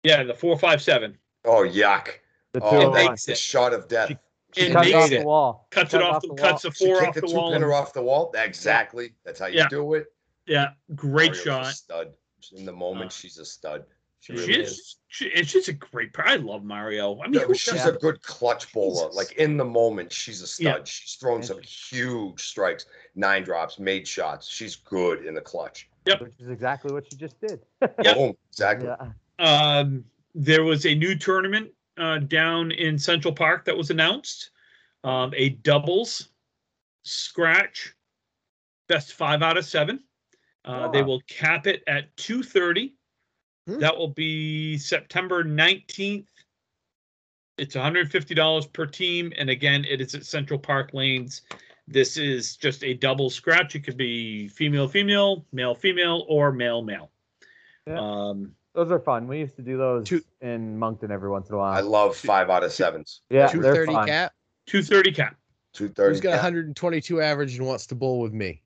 S1: yeah, the four five seven.
S2: Oh, yuck.
S4: The two
S2: Oh,
S4: oh,
S1: they-
S4: one.
S1: one.
S2: that's the shot of death.
S1: She-
S3: She
S1: It
S4: Cut
S3: cuts
S1: makes
S4: off
S1: it
S4: the wall.
S1: cuts
S4: Cut
S1: it off the, cuts the
S2: She
S1: four
S2: kicked
S1: off
S2: the
S1: the
S2: two
S1: wall.
S2: pinner
S1: and-
S2: off the wall. Exactly. That's how you
S1: Yeah.
S2: do it.
S1: yeah, great
S2: Mario's a
S1: shot.
S2: Stud. In the moment,
S1: Uh,
S2: she's a stud. She
S1: She
S2: really is.
S1: is, she, and she's a great. pr- I love Mario. I mean,
S2: Yeah,
S1: who
S2: she's
S1: doesn't?
S2: a good clutch bowler.
S1: Jesus.
S2: Like in the moment, she's a stud.
S1: Yeah.
S2: She's thrown
S4: Yeah.
S2: some huge strikes, nine drops, made shots. She's good in the clutch.
S4: Which is exactly what she just did.
S1: Yep.
S2: Boom. Exactly.
S4: Yeah.
S1: um, there was a new tournament uh, down in Central Park that was announced. Um, a doubles scratch, best five out of seven. Uh, They
S4: Ah.
S1: will cap it at two thirty.
S3: Hmm.
S1: That will be September nineteenth. It's one hundred fifty dollars per team, and again, it is at Central Park Lanes. This is just a double scratch. It could be female, female, male, female, or male, male.
S4: Yeah.
S1: Um,
S4: Those are fun. We used to do those
S3: Two-
S4: in Moncton every once in a while.
S2: I love five out of sevens.
S4: yeah,
S3: Two
S4: they're
S3: thirty
S4: fun.
S3: cap.
S1: two thirty cap.
S2: Two
S3: Who's
S2: thirty.
S3: got 122 average and wants to bowl with me?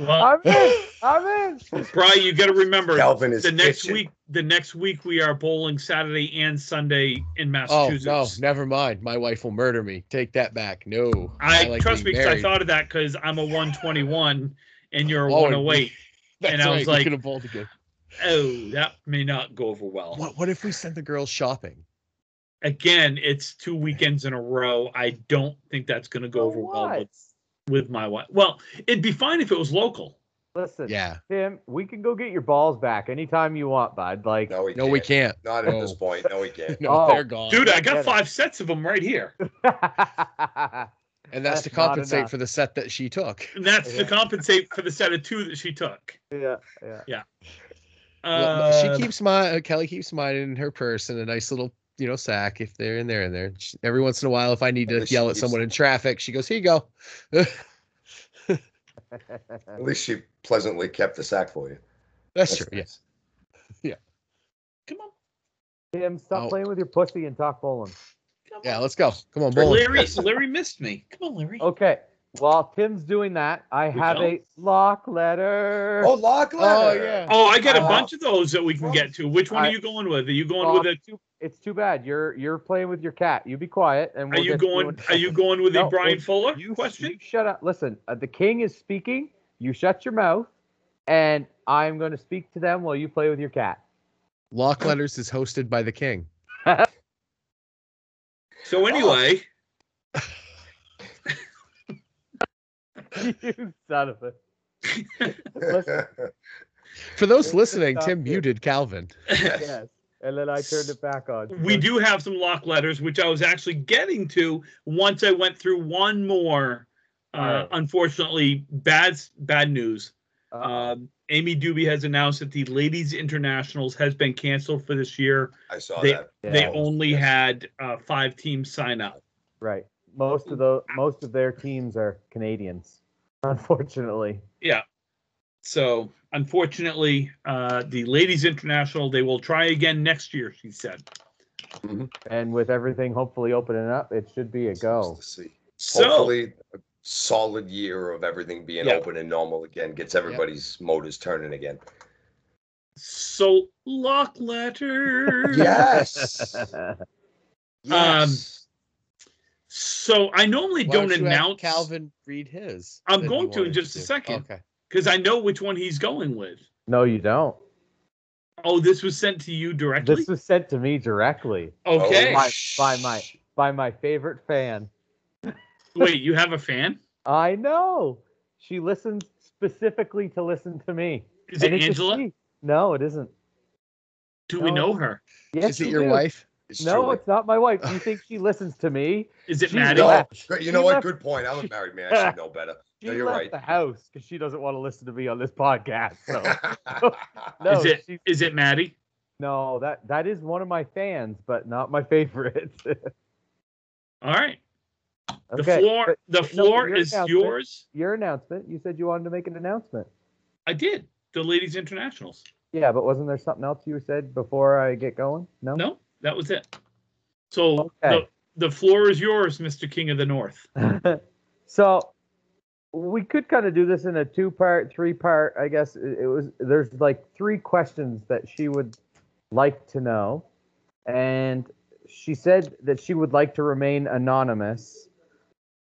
S1: Well,
S4: I'm in. I'm in.
S1: Brian, you got to remember
S2: Calvin is
S1: the next
S2: itching.
S1: week. The next week we are bowling Saturday and Sunday in
S3: Oh no,
S1: Massachusetts.
S3: never mind. My wife will murder me. Take that back. No,
S1: I,
S3: like
S1: trust me
S3: being
S1: because I
S3: married.
S1: thought of that because I'm a 121 and you're a
S3: Oh,
S1: 108.
S3: That's
S1: and I was
S3: right, we
S1: like-
S3: could have bowled again.
S1: Oh, that may not go over well.
S3: What, what if we sent the girls shopping?
S4: Oh,
S1: Again, it's two weekends in a row. I don't think that's going to go over well.
S4: What?
S1: With with my wife. Well, it'd be fine if it was local.
S4: Listen,
S3: Yeah.
S4: Tim, we can go get your balls back anytime you want, bud. Like,
S2: No, we
S3: No,
S2: can't.
S3: we can't.
S2: Not at this
S3: No.
S2: point. No, we can't.
S3: No,
S4: Oh.
S3: they're gone.
S1: Dude, I
S4: get
S1: got
S4: it.
S1: five sets of them right here.
S3: and that's, to
S4: that's not
S3: compensate
S4: enough.
S3: for the set that she took.
S1: And that's to
S4: Yeah.
S1: compensate for the set of two that she took.
S4: yeah, yeah.
S3: Well,
S1: Uh,
S3: she keeps mine. uh, Kelly keeps mine in her purse in a nice little, you know, sack. If they're in there, in there. She- every once in a while, if I need
S2: At
S3: to
S2: least
S3: yell
S2: she
S3: at
S2: keeps-
S3: someone in traffic, she goes, "Here you go."
S2: At least she pleasantly kept the sack for you.
S3: That's true. Yeah.
S2: nice.
S1: Come on.
S4: Tim, stop
S3: Oh.
S4: playing with your pussy and talk bowling.
S1: Come
S3: Yeah.
S1: on.
S3: Let's go. Come on, bowling.
S1: Larry, Larry missed me. Come on, Larry.
S4: Okay. While Tim's doing that, I
S1: We
S4: have
S1: don't?
S4: a lock letter.
S2: Oh, lock
S3: Oh
S2: letter.
S3: yeah.
S1: Oh, I got a
S4: Uh,
S1: bunch of those that we can get to. Which one
S4: I-
S1: are you going with? Are you going
S4: Bob,
S1: with a?
S4: too- it's too bad. You're you're playing with your cat. You be quiet. And
S1: Are
S4: we'll
S1: you
S4: get to
S1: going?
S4: in a
S1: Are you
S4: second.
S1: going with the
S4: No,
S1: Brian
S4: it-
S1: Fuller
S4: you,
S1: question?
S4: you shut up. Listen, uh, the king is speaking. You shut your mouth, and I'm going to speak to them while you play with your cat.
S3: Lock letters is hosted by the king.
S1: So anyway,
S4: you son of a. Listen,
S3: For those listening,
S4: Stop
S3: Tim
S4: here.
S3: muted Calvin.
S2: yes.
S4: yes. And then I turned it back on.
S1: we do have some lock letters, which I was actually getting to once I went through one more. Uh,
S4: All right.
S1: Unfortunately, bad s- bad news.
S4: Uh,
S1: Um, Amy Doobie has announced that the Ladies Internationals has been canceled for this year.
S2: I saw
S1: They-
S2: that.
S4: yeah,
S1: They only
S2: Yes.
S1: had uh, five teams sign up.
S4: right. Most of the most of their teams are Canadians, unfortunately.
S1: So unfortunately, uh, the Ladies International they will try again next year. She said.
S4: And with everything hopefully opening up, it should be a go.
S2: Nice to see.
S1: So
S2: Hopefully, a solid year of everything being
S1: Yeah.
S2: open and normal again gets everybody's motors turning again.
S1: so lock letter.
S2: Yes.
S1: Um,
S2: yes.
S1: So I normally
S3: Why
S1: don't
S3: you have
S1: announce
S3: Calvin read his.
S1: I'm
S3: that he
S1: going to in
S3: wanted
S1: just a
S3: do?
S1: second.
S3: Okay.
S1: because I know which one he's going with.
S4: no, you don't.
S1: Oh, this was sent to you directly.
S4: This was sent to me directly
S1: okay.
S2: Oh,
S4: By- by my- by my favorite fan.
S1: Wait, you have a fan?
S4: I know. She listens specifically to listen to me.
S1: Is it
S4: And it's a
S1: Angela?
S4: she. No, it isn't.
S1: Do we
S4: No.
S1: know her?
S4: Yes,
S3: is it
S4: you
S3: your
S4: do.
S3: wife?
S2: It's
S4: No,
S2: true.
S4: it's not my wife. You think she listens to me?
S1: Is it
S4: She's
S1: Maddie?
S2: no.
S4: left.
S2: Great, You
S4: She
S2: know what?
S4: left-
S2: Good point. I'm a married man. I should know better.
S4: She
S2: No, you're
S4: left
S2: right.
S4: the house because she doesn't want to listen to me on this podcast. So no,
S1: Is it
S4: she-
S1: is it Maddie?
S4: no, that that is one of my fans, but not my favorite.
S1: All right. The
S4: okay,
S1: floor
S4: but
S1: the
S4: no,
S1: floor
S4: your
S1: is
S4: announcement.
S1: yours.
S4: Your announcement. You said you wanted to make an announcement.
S1: I did. The ladies internationals.
S4: Yeah, but wasn't there something else you said before I get going? No.
S1: No, that was it. So
S4: Okay.
S1: the, the floor is yours, Mr. King of the North.
S4: so we could kind of do this in a two part three part i guess it it was there's like three questions that she would like to know and she said that she would like to remain anonymous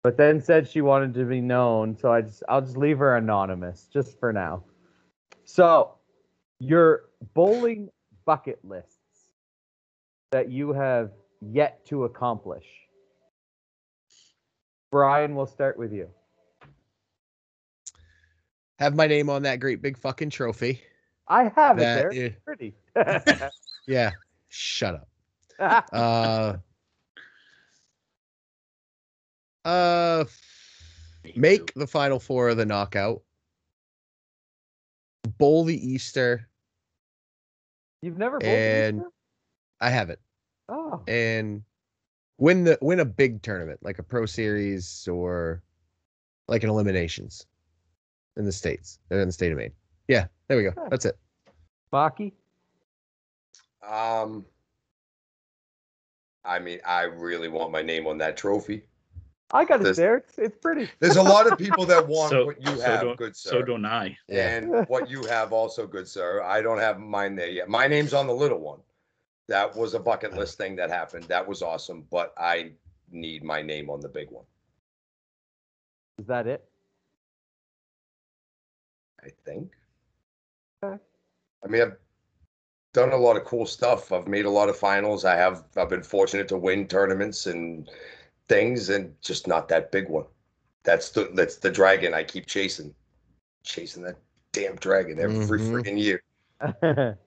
S4: but then said she wanted to be known so i just i'll just leave her anonymous just for now so your bowling bucket lists that you have yet to accomplish Brian, we'll start with you.
S3: Have my name on that great big fucking trophy.
S4: I have
S3: That
S4: it there.
S3: is-
S4: Pretty.
S3: Yeah. Shut up. Uh, uh, make the final four of the knockout. Bowl the Easter.
S4: You've never bowled
S3: And-
S4: before?
S3: I have it.
S4: Oh,
S3: And win the win a big tournament like a pro series or like an eliminations in the states or in the state of Maine. Yeah, there we go. That's it.
S4: Baki.
S2: Um, I mean, I really want my name on that trophy.
S4: I got it
S2: This-
S4: there. It's, it's pretty.
S2: There's a lot of people that want
S1: So-
S2: what you
S1: so
S2: have,
S1: don't-
S2: good sir.
S1: So don't I.
S3: Yeah.
S2: And what you have also, good sir. I don't have mine there yet. My name's on the little one. That was a bucket
S1: Uh-huh.
S2: list thing that happened. That was awesome, but I need my name on the big one.
S4: Is that it?
S2: I think.
S4: Okay.
S2: I mean, I've done a lot of cool stuff. I've made a lot of finals. I have. I've been fortunate to win tournaments and things, and just not that big one. That's the that's the dragon I keep chasing, chasing that damn dragon every
S3: Mhm.
S2: freaking year.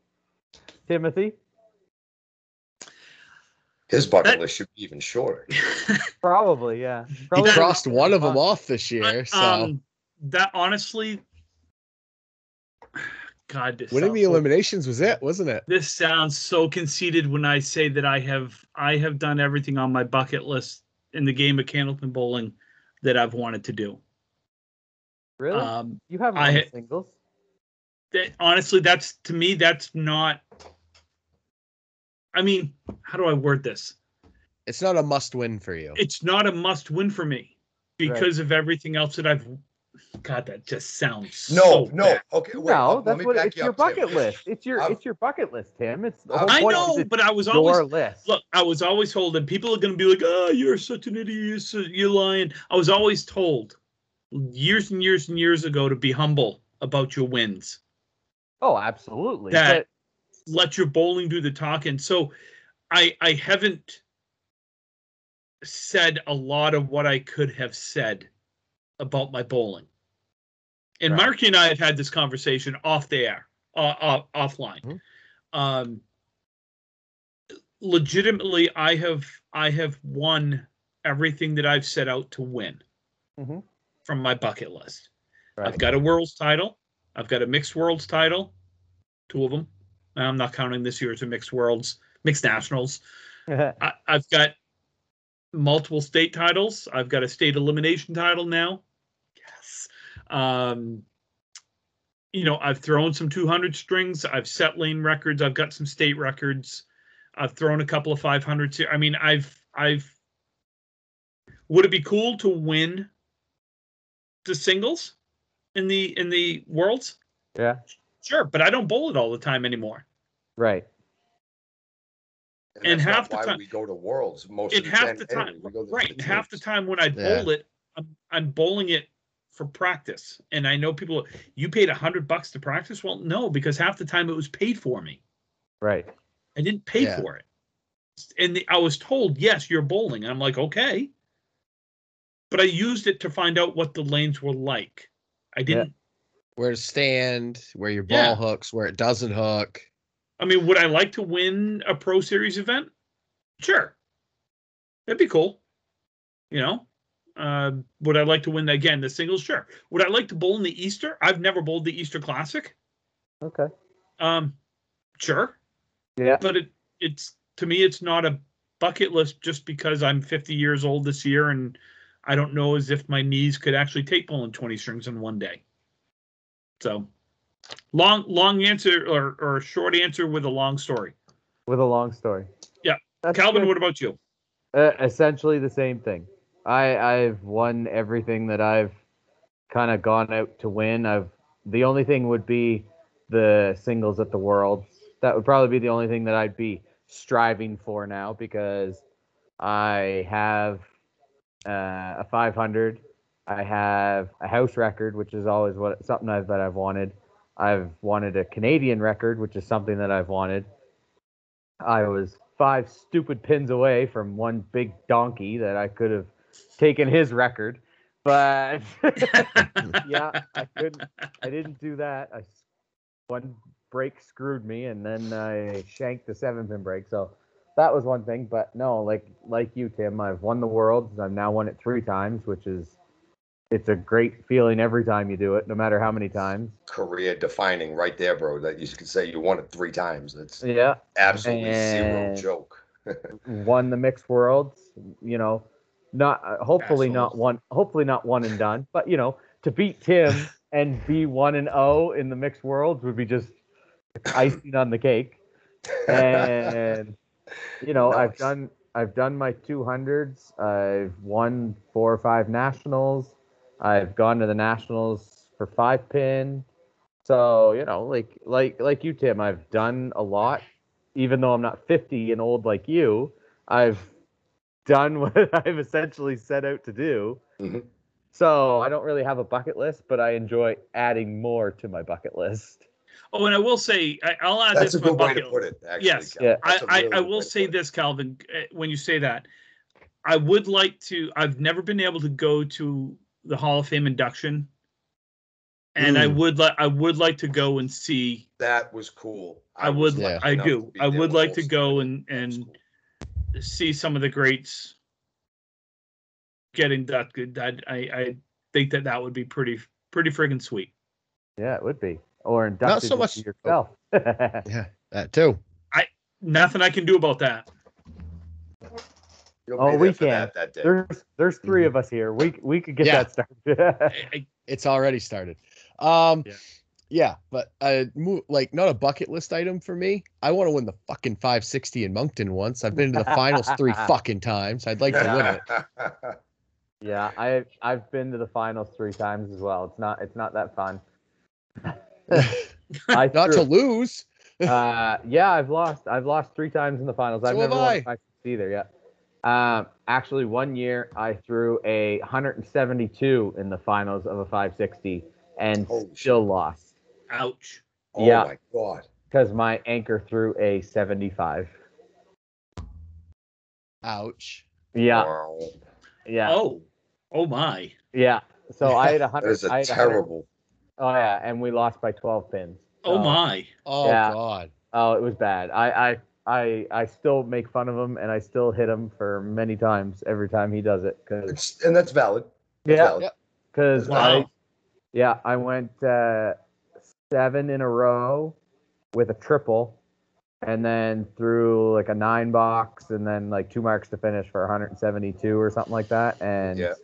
S4: Timothy,
S2: His bucket
S1: That-
S2: list should be even shorter.
S4: probably yeah.
S3: He
S4: Probably
S3: crossed
S4: not
S3: one of them
S4: much.
S3: off this year,
S1: But,
S3: so
S1: um, that honestly, God, this
S3: winning the
S1: sounds so-
S3: eliminations was it, wasn't it?
S1: This sounds so conceited when I say that I have I have done everything on my bucket list in the game of Candleton Bowling that I've wanted to do.
S4: Really?
S3: Uh,
S1: Um,
S4: you haven't
S1: I
S4: won
S1: ha-
S4: singles.
S1: that honestly that's to me that's not i mean how do i word this
S3: It's not a must win for you.
S1: it's not a must win for me because of everything else that i've god that just sounds
S2: No,
S1: so
S2: no.
S1: bad.
S2: Okay, wait,
S4: no,
S2: I'll- let
S4: that's
S2: me
S4: what
S2: back
S4: it's
S2: you
S4: your
S2: up, Tim.
S4: bucket list. It's your
S2: I've-
S4: it's your bucket list, Tim. It's the
S2: I've-
S4: whole
S1: i
S4: point is
S1: know
S4: it's
S1: but i was
S4: your
S1: always
S4: list.
S1: look i was always told and people are going to be like oh you're such an idiot you're, so, you're lying i was always told years and years and years ago to be humble about your wins
S4: Oh, absolutely.
S1: that let your bowling do the talking. So I I haven't said a lot of what I could have said about my bowling. And
S4: Right.
S1: Marky and I have had this conversation off the air, uh, uh, offline.
S3: Mhm.
S4: Mm-hmm.
S1: Um, legitimately, I have I have won everything that I've set out to win
S4: Mhm.
S1: from my bucket list.
S4: But, right.
S1: I've got a world's title. I've got a mixed worlds title, two of them. I'm not counting this year as a mixed worlds, mixed nationals. I, I've got multiple state titles. I've got a state elimination title now. Yes. Um, you know, I've thrown some 200 strings. I've set lane records. I've got some state records. I've thrown a couple of 500s here. I mean, I've, I've, would it be cool to win the singles in the, in the worlds?
S4: yeah.
S1: Sure. But I don't bowl it all the time anymore.
S4: Right.
S1: And
S2: that's not
S1: half the
S2: why
S1: time-
S2: we go to worlds most
S1: and
S2: of the
S1: half the
S2: anyway.
S1: time,
S2: We go to
S1: right? And half the
S2: teams.
S1: time when I bowl it, I'm, I'm bowling it for practice. And I know people, you paid a hundred bucks to practice. Well, no, because half the time it was paid for me.
S4: Right.
S1: I didn't pay
S3: Yeah.
S1: for it. And the, I was told, yes, you're bowling. And I'm like, okay. But I used it to find out what the lanes were like. I didn't.
S3: Where to stand, where your ball
S1: Yeah.
S3: hooks, where it doesn't hook.
S1: I mean, would I like to win a pro series event? Sure, that'd be cool. You know, uh, would I like to win again the singles? Sure. Would I like to bowl in the Easter? I've never bowled the Easter Classic.
S4: Okay.
S1: Um, sure,
S4: Yeah.
S1: but it it's to me it's not a bucket list just because I'm 50 years old this year and I don't know as if my knees could actually take bowling 20 strings in one day. So long long answer or or short answer with a long story.
S4: With a long story.
S1: Yeah.
S4: That's
S1: Calvin,
S4: good.
S1: what about you?
S4: Uh, essentially the same thing. I I've won everything that I've kind of gone out to win. I've the only thing would be the singles at the Worlds. That would probably be the only thing that I'd be striving for now because I have uh, a 500. I have a house record, which is always what something I've, that I've wanted. I've wanted a Canadian record, which is something that I've wanted. I was five stupid pins away from one big donkey that I could have taken his record, but yeah, I couldn't. I didn't do that. I s- one break screwed me, and then I shanked the seven pin break. So that was one thing. But no, like like you, Tim, I've won the world. I've now won it three times, which is it's a great feeling every time you do it, no matter how many times.
S2: Career defining right there, bro. That you could say you won it three times. That's
S4: Yeah,
S2: absolutely zero
S4: And-
S2: joke.
S4: won the mixed worlds. You know, not uh, hopefully not
S1: Assholes.
S4: one. Hopefully not one and done. But you know, to beat Tim and be one and O in the mixed worlds would be just icing on the cake. and you know i've
S2: Nice.
S4: done i've done my 200s i've won four or five nationals i've gone to the nationals for five pin so you know like like like you tim i've done a lot even though i'm not 50 and old like you i've done what i've essentially set out to do
S2: Mhm.
S4: so i don't really have a bucket list but i enjoy adding more to my bucket list
S1: Oh, and I will say, I, I'll add
S2: That's a
S1: this to my
S2: good way to
S1: bucket.
S2: put it. Actually,
S1: Yes.
S2: Calvin.
S4: Yeah.
S1: I,
S2: That's a
S1: I,
S2: really
S1: I
S2: good way
S1: will
S2: to
S1: say
S2: put it.
S1: this, Calvin, eh, when you say that, I would like to, I've never been able to go to the Hall of Fame induction, and I
S2: Mm.
S1: would like I would like to go and see.
S2: That was cool.
S1: I would
S2: was
S3: li-
S2: lucky
S1: I
S2: enough to
S1: do.
S2: be
S1: I
S2: there
S1: would
S2: when
S1: like
S2: all
S1: to
S2: started.
S1: go and
S2: That was
S1: and
S2: cool.
S1: see some of the greats getting that good. That I I think that that would be pretty pretty friggin' sweet.
S4: Yeah, it would be. Or inducted into
S3: so much-
S4: yourself.
S3: Yeah, that too.
S1: Nothing I can do about that.
S2: You'll
S4: Oh,
S2: be there
S4: we
S2: for
S4: can.
S2: that that day.
S4: there's there's three of us here. We we could get
S3: Yeah.
S4: that started.
S1: I- I-
S3: It's already started. Um,
S1: Yeah.
S3: yeah. but uh, mo- like not a bucket list item for me. I want to win the fucking 560 in Moncton once. I've been to the finals three fucking times. I'd like to win it.
S4: yeah, I I've been to the finals three times as well. It's not it's not that fun. I
S3: Not to
S4: threw-
S3: lose.
S4: uh, yeah, I've lost. I've lost three times in the finals. I've
S3: So
S4: never
S3: have
S4: won
S3: I.
S4: a 560 either. Yeah. Um, actually, one year I threw a 172 in the finals of a 560 and
S3: Oh,
S2: Holy shit.
S4: still lost
S1: ouch.
S2: oh
S4: Yeah.
S2: my god.
S4: because my anchor threw a 75.
S3: Ouch.
S4: Yeah,
S2: Wow.
S4: yeah,
S1: Oh, oh my.
S4: yeah. So I had a
S2: That
S4: 100.
S2: is
S4: I
S2: a
S4: had 100
S2: terrible.
S4: Oh yeah, and we lost by 12 pins.
S1: Oh
S4: So-
S1: my.
S3: Oh
S4: Yeah.
S3: God.
S4: Oh, it was bad. I I I I still make fun of him, and I still hit him for many times every time he does it. Cause
S2: It's, and that's valid. That's
S4: yeah,
S2: valid.
S3: Yep.
S4: cause I
S1: Wow.
S4: yeah I went uh, seven in a row with a triple, and then through like a nine box, and then like two marks to finish for 172 or something like that, and
S2: Yeah.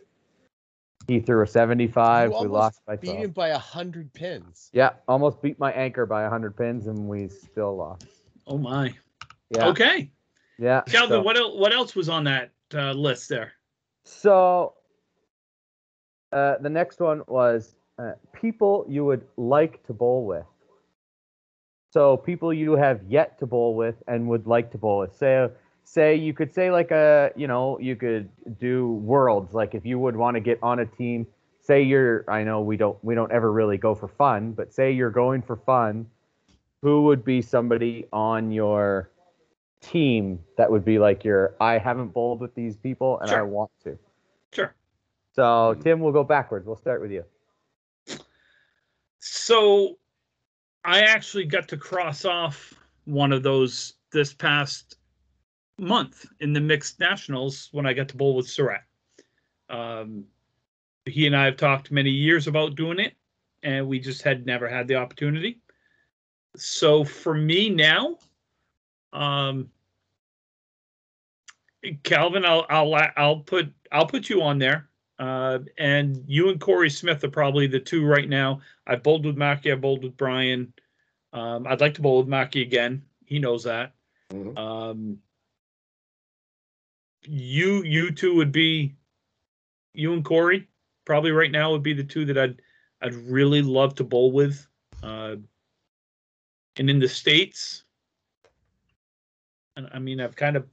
S4: he threw a 75.
S3: You
S4: We
S3: almost
S4: lost by
S3: Beat
S4: 12.
S3: him by a hundred pins.
S4: Yeah, almost beat my anchor by 100 pins, and we still lost.
S1: Oh my.
S4: Yeah.
S1: Okay.
S4: Yeah.
S1: Calvin,
S4: so-
S1: what el- what else was on that uh, list there?
S4: So uh, the next one was uh, people you would like to bowl with. So people you have yet to bowl with and would like to bowl with. Say, say you could say like a, you know, you could do worlds. Like if you would want to get on a team. Say you're, I know we don't we don't ever really go for fun, but say you're going for fun. Who would be somebody on your team that would be like your? I haven't bowled with these people and I
S1: Sure.
S4: want to.
S1: Sure.
S4: So
S2: Hmm.
S4: Tim, we'll go backwards. We'll start with you.
S1: So I actually got to cross off one of those this past month in the mixed nationals when I got to bowl with Surratt. Um, he and I have talked many years about doing it, and we just had never had the opportunity. So for me now, um, Calvin, I'll I'll I'll put I'll put you on there, uh, and you and Corey Smith are probably the two right now. I bowled with Mackey. I bowled with Brian. Um, I'd like to bowl with Mackey again. He knows that.
S2: Mhm.
S1: Um, you you two would be you and Corey probably right now would be the two that I'd I'd really love to bowl with. Uh, and in the states, and I mean I've kind of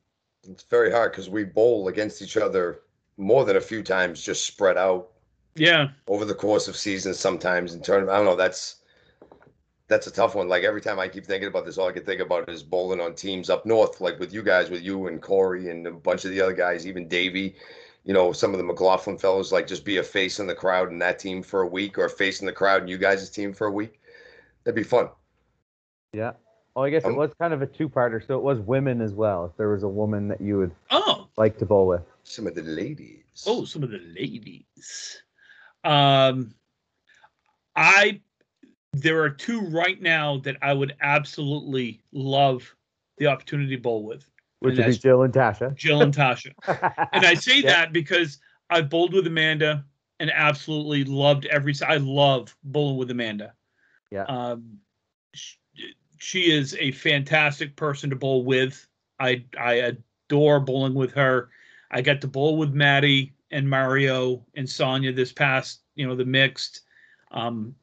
S2: It's very hard because we bowl against each other more than a few times, just spread out
S1: yeah
S2: over the course of seasons sometimes in tournament. I don't know. That's that's a tough one. Like every time I keep thinking about this, all I can think about is bowling on teams up north, like with you guys, with you and Corey and a bunch of the other guys, even Davey. You know, some of the McLaughlin fellows, like just be a face in the crowd and that team for a week, or a face in the crowd and you guys' team for a week. That'd be fun.
S4: Yeah. Oh, I guess it
S2: Um,
S4: was kind of a two-parter, so it was women as well. If there was a woman that you would
S1: oh
S4: like to bowl with,
S2: Some of the ladies.
S1: Oh, some of the ladies. Um, I there are two right now that I would absolutely love the opportunity to bowl with
S4: which would be
S1: that's-
S4: Jill and Tasha.
S1: Jill and Tasha, and I say
S4: Yeah.
S1: that because I bowled with Amanda and absolutely loved every. I love bowling with Amanda.
S4: Yeah.
S1: Um, she, she is a fantastic person to bowl with. I I adore bowling with her. I got to bowl with Maddie and Mario and Sonia this past, you know, the mixed. Um,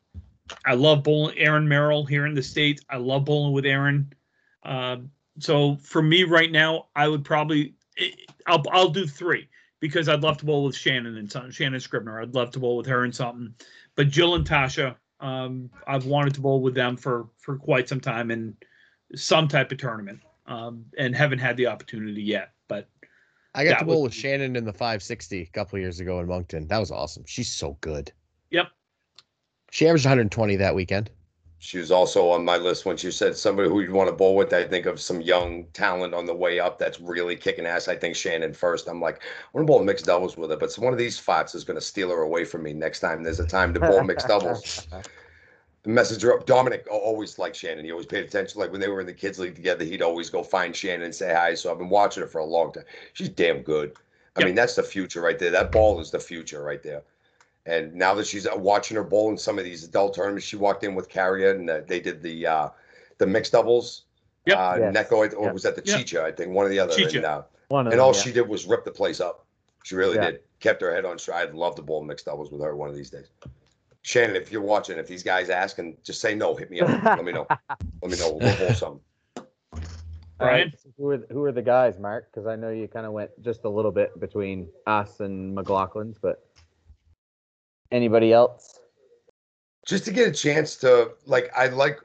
S1: I love bowling Aaron Merrill here in the States. I love bowling with Aaron. Um, so for me right now, I would probably I'll I'll do three because I'd love to bowl with Shannon and something. Shannon Scribner. I'd love to bowl with her and something. But Jill and Tasha, um, I've wanted to bowl with them for for quite some time in some type of tournament, um, and haven't had the opportunity yet. But
S3: I got
S1: That
S3: to bowl
S1: was-
S3: with Shannon in the 560 a couple years ago in Moncton. That was awesome. She's so good.
S1: Yep.
S3: She averaged 120 that weekend.
S2: She was also on my list when she said somebody who you'd want to bowl with. I think of some young talent on the way up that's really kicking ass. I think Shannon first. I'm like, I'm gonna bowl mixed doubles with her, but one of these fops is gonna steal her away from me next time. There's a time to bowl mixed doubles. Message her up. Dominic al- always liked Shannon. He always paid attention. Like when they were in the kids league together, he'd always go find Shannon and say hi. So I've been watching her for a long time. She's damn good. I
S1: Yep.
S2: mean, that's the future right there. That ball is the future right there. And now that she's out watching her bowl in some of these adult tournaments, she walked in with Carrier and uh, they did the uh, the mixed doubles.
S1: Yep.
S2: Uh,
S4: Yes.
S2: Neko, or
S4: Yep.
S2: was that the
S1: Yep.
S2: Chicha? I think one or the other.
S1: Chicha.
S2: And, uh,
S4: One of
S2: and
S4: them,
S2: all
S4: yeah.
S2: she did was rip the place up. She really
S4: Yeah.
S2: did. Kept her head on straight. I'd love to bowl mixed doubles with her one of these days. Shannon, if you're watching, if these guys asking, just say no. Hit me up. Let me know. Let me know. We'll bowl something.
S4: All right,
S1: Brian?
S4: so Uh, who are who are the guys, Mark? Because I know you kind of went just a little bit between us and McLaughlin's, but anybody else?
S2: just to get a chance to like i like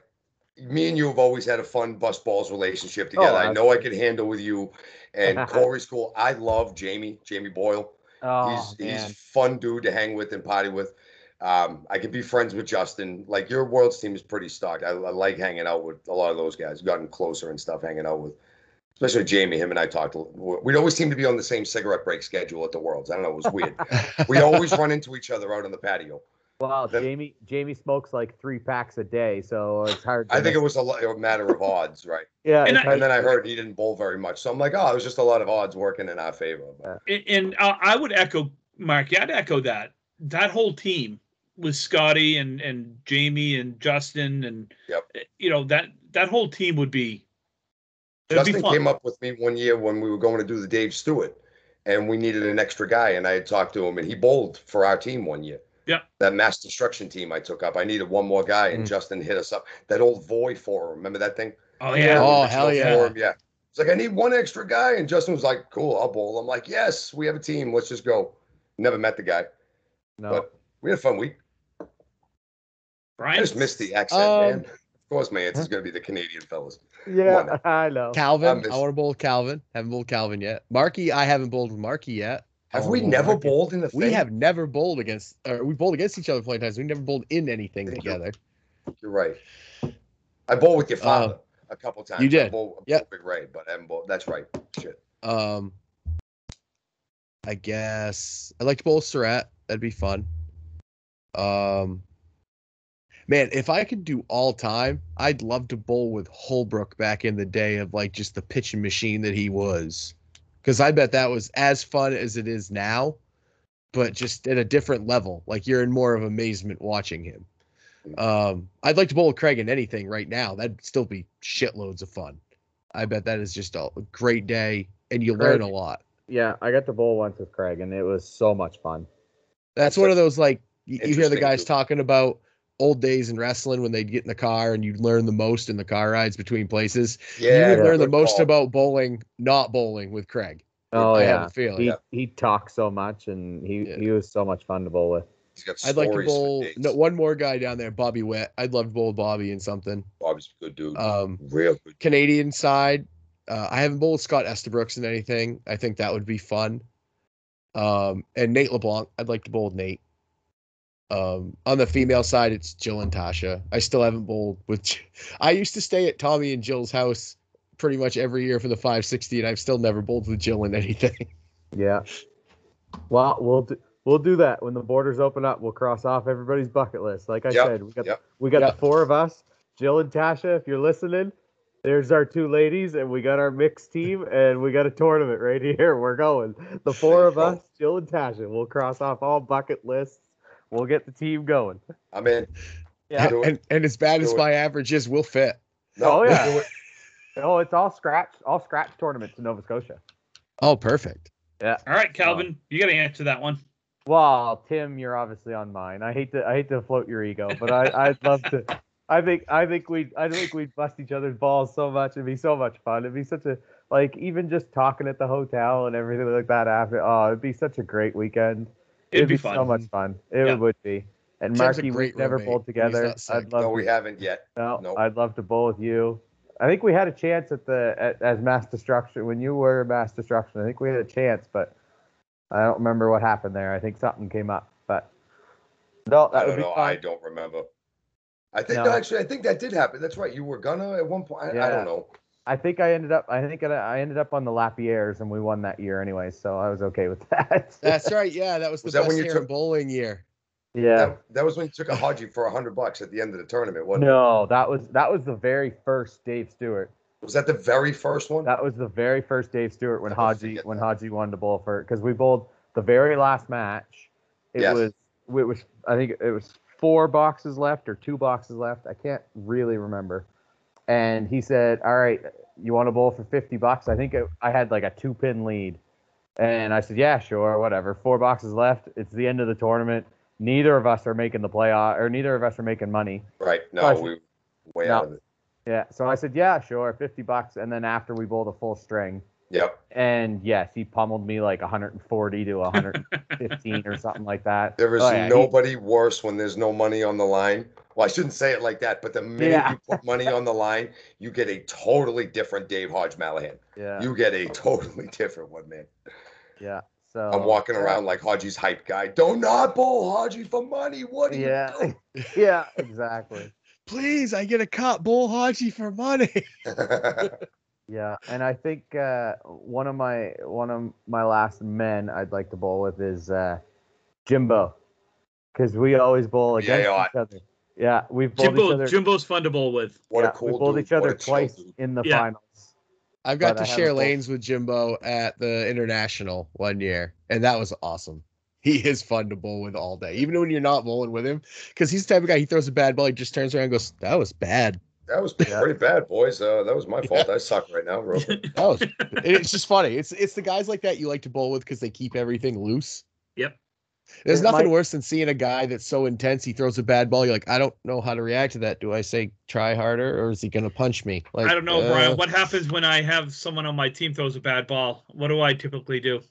S2: me and you have always had a fun bus balls relationship together i know i could handle with you and corey's cool i love jamie jamie boyle
S4: Oh
S2: he's he's fun dude to hang with and potty with um, i could be friends with justin like your world's team is pretty stocked I, I like hanging out with a lot of those guys gotten closer and stuff hanging out with especially jamie him and i talked a l- we'd always seem to be on the same cigarette break schedule at the worlds i don't know it was weird we always run into each other out on the patio
S4: Well,
S2: Then-
S4: Jamie Jamie smokes like three packs a day, so it's hard. To
S2: i think it was a, lo- a matter of odds right
S4: yeah.
S1: And
S4: it's
S1: I-
S4: hard
S2: and then
S4: to-
S2: I heard he didn't bowl very much. So I'm like, oh, it was just a lot of odds working in our favor. But
S1: And, and uh, I would echo Mark. Yeah, I'd echo that. That whole team with Scotty and and Jamie and Justin and
S2: Yep.
S1: uh, you know that that whole team would be. It'd be
S2: Justin
S1: fun.
S2: came up with me one year when we were going to do the Dave Stewart, and we needed an extra guy. And I had talked to him, and he bowled for our team one year.
S1: Yep.
S2: That mass destruction team I took up. I needed one more guy, and
S3: Mm.
S2: Justin hit us up. That old Voy forum, remember that thing?
S1: Oh yeah.
S3: Oh,
S2: Original
S3: hell yeah.
S2: forum, yeah. It's like I need one extra guy, and Justin was like, "Cool, I'll bowl." I'm like, "Yes, we have a team. Let's just go." Never met the guy,
S4: no.
S2: but we had a fun week. I
S1: Brian.
S2: just missed the accent,
S3: Um,
S2: man. Of course, my answer's gonna be the Canadian fellas.
S4: yeah, I know.
S3: Calvin,
S2: I'm
S3: I want to bowl with Calvin. Haven't bowled Calvin yet. Marky, I haven't bowled with Marky yet. I
S2: Have
S3: wanna
S2: we
S3: bowl with
S2: never
S3: Marky.
S2: bowled in the
S3: Oh, We
S2: thing?
S3: have never bowled against, or we bowled against each other plenty of times. We never bowled in anything
S2: Thank you.
S3: together.
S2: You're right. I bowled with your father a couple times.
S3: Uh, you
S2: I
S3: did.
S2: bowled, I
S3: Yep.
S2: bowled with Ray, but I haven't bowled. That's right. Shit.
S3: Um, I guess I'd like to bowl with Surratt. That'd be fun. Um, man, if I could do all time, I'd love to bowl with Holbrook back in the day of like just the pitching machine that he was, because I bet that was as fun as it is now, but just at a different level. Like you're in more of amazement watching him. Um, I'd like to bowl with Craig in anything right now. That'd still be shitloads of fun. I bet that is just a great day, and you learn
S4: Craig.
S3: a lot.
S4: Yeah, I got to bowl once with Craig, and it was so much fun.
S3: That's one of those like you, you hear the
S2: Interesting
S3: guys
S2: too.
S3: talking about old days in wrestling when they'd get in the car and you'd learn the most in the car rides between places. you would learn the
S2: good
S3: most
S2: call.
S3: about bowling, not bowling with Craig.
S4: Oh
S3: I have
S4: yeah,
S3: a feeling.
S4: he
S2: Yeah.
S4: he talked so much, and he
S3: Yeah.
S4: he was so much fun to bowl with.
S2: He's got
S3: I'd like to
S2: stories for
S3: bowl
S2: days.
S3: no, one more guy down there, Bobby Wet. I'd love to bowl with Bobby in something.
S2: Bobby's a good dude.
S3: Um,
S2: Real good.
S3: Canadian side, uh, I haven't bowled with Scott Estabrooks in anything. I think that would be fun. Um, and Nate LeBlanc, I'd like to bowl with Nate. Um, on the female side, it's Jill and Tasha. I still haven't bowled with. J- I used to stay at Tommy and Jill's house pretty much every year for the 560, and I've still never bowled with Jill in anything.
S4: Yeah. Well, we'll do, we'll do that when the borders open up. We'll cross off everybody's bucket list. Like I
S2: Yep,
S4: said, we got
S2: yep.
S4: we got
S3: Yep.
S4: the four of us, Jill and Tasha. If you're listening, there's our two ladies, and we got our mixed team, and we got a tournament right here. We're going. The four of
S2: go.
S4: us, Jill and Tasha. We'll cross off all bucket lists. We'll get the team going.
S2: I'm in.
S4: Yeah.
S2: Do it.
S3: And, and as bad as
S2: Do it.
S3: my average is, we'll fit.
S2: No,
S4: Oh,
S2: we'll
S4: yeah.
S2: do it.
S4: Oh, it's all scratch, all scratch tournaments in Nova Scotia.
S3: Oh, perfect.
S1: All right, Calvin, you got to answer that one.
S4: Well, Tim, you're obviously on mine. I hate to I hate to float your ego, but I I'd love to. I think I think we I think we'd bust each other's balls so much. It'd be so much fun. It'd be such a like even just talking at the hotel and everything like that after. Oh, it'd be such a great weekend.
S1: It'd, be, fun.
S4: so much fun. It
S1: Yeah.
S4: would be. And
S3: Tim's a
S4: Marky,
S3: great
S4: we've never
S3: roommate.
S4: bowled
S3: He's Oh,
S4: together.
S3: not sick.
S4: I'd love
S2: No, we haven't yet.
S4: no,
S2: Nope.
S4: I'd love to bowl with you. I think we had a chance at the at, as mass destruction when you were mass destruction. I think we had a chance, but I don't remember what happened there. I think something came up, but no, that
S2: I
S4: would
S2: don't
S4: be
S2: know.
S4: fine.
S2: I don't remember. I think
S4: No.
S2: no, actually, I think that did happen. That's right. You were gonna at one point. I, I
S4: Yeah.
S2: don't know.
S4: I think I ended up. I think I- I ended up on the Lapierres, and we won that year anyway, so I was okay with that.
S3: That's right. Yeah, that was the
S2: Was that
S3: best
S2: when you
S3: hair
S2: took-
S3: and bowling year.
S4: yeah.
S2: That, that was when you took a Haji for a hundred bucks at the end of the tournament. What
S4: No, that was that was the very first Dave Stewart.
S2: was that? The very first one.
S4: That was the very first Dave Stewart when
S2: How did you
S4: Haji
S2: get
S4: when
S2: that?
S4: Haji won to bowl for because we bowled the very last match. It
S2: Yes.
S4: was it was I think it was four boxes left or two boxes left. I can't really remember. And he said, "All right, you want to bowl for fifty bucks?" I think it, I had like a two pin lead, and I said, "Yeah, sure, whatever." Four boxes left. It's the end of the tournament. Neither of us are making the playoff, or neither of us are making money.
S2: right. No,
S4: Right.
S2: we were way
S4: No.
S2: out of it.
S4: Yeah. So I said, yeah, sure, 50 bucks. And then after we bowled a full string.
S2: Yep.
S4: And yes, he pummeled me like 140 to 115 or something like that.
S2: There is
S4: Oh, yeah, he-
S2: nobody worse when there's no money on the line. Well, I shouldn't say it like that, but the minute
S4: Yeah.
S2: you put money on the line, you get a totally different Dave Hodge Malahan.
S4: yeah.
S2: You get a totally different one, man.
S4: Oh, yeah. So
S2: I'm walking around like Haji's hype guy. Don't not bowl Haji for money. What do
S4: Yeah.
S2: you
S4: Yeah, exactly.
S3: Please, I get a cop bowl Haji for money.
S2: do?
S4: Yeah, and I think uh, one of my one of my last men I'd like to bowl with is uh, Jimbo, because we always bowl
S2: Yeah,
S4: against
S2: yeah.
S4: each other. Yeah, we've bowled each
S1: Jimbo,
S4: other.
S1: Jimbo's fun to bowl with.
S2: what
S4: yeah,
S2: a cool
S4: we bowled
S2: dude.
S4: each other
S2: What a chill
S4: twice
S2: dude.
S4: in the
S1: Yeah.
S4: finals.
S3: I've got
S4: But I
S3: to
S4: haven't
S3: share
S4: bowled.
S3: lanes with Jimbo at the international one year, and that was awesome. He is fun to bowl with all day, even when you're not bowling with him, because he's the type of guy. He throws a bad ball, he just turns around and goes, "That was bad.
S2: That was
S4: Yeah.
S2: pretty bad, boys. Uh, that was my fault. I suck right now. Real quick.
S3: That was." and it's just funny. It's it's the guys like that you like to bowl with because they keep everything loose.
S1: Yep.
S3: There's
S4: It
S3: nothing
S4: might-
S3: worse than seeing a guy that's so intense. He throws a bad ball. You're like, I don't know how to react to that. Do I say try harder, or is he gonna punch me? Like,
S1: I don't know,
S3: uh,
S1: Brian. What happens when I have someone on my team throws a bad ball? What do I typically do?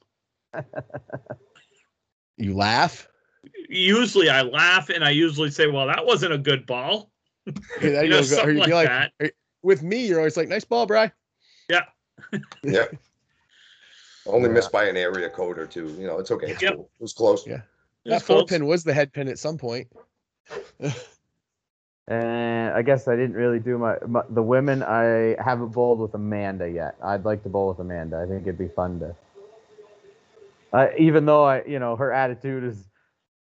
S3: You laugh.
S1: Usually, I laugh and I usually say, "Well, that wasn't a good ball."
S3: And
S1: You
S3: then
S1: know,
S3: you'll go- or
S1: something
S3: you'll be
S1: like
S3: like-
S1: that.
S3: With me, you're always like, "Nice ball, Bry."
S2: yeah. Only
S4: Yeah.
S2: missed by an area code or two. You know, it's okay. It's
S1: Yep.
S2: cool. It was close.
S3: Yeah.
S1: It
S3: That
S1: was
S3: four
S1: close.
S3: pin was the head pin at some point.
S4: And I guess I didn't really do my, my the women. I haven't bowled with Amanda yet. I'd like to bowl with Amanda. I think it'd be fun to. I even though I, you know, her attitude is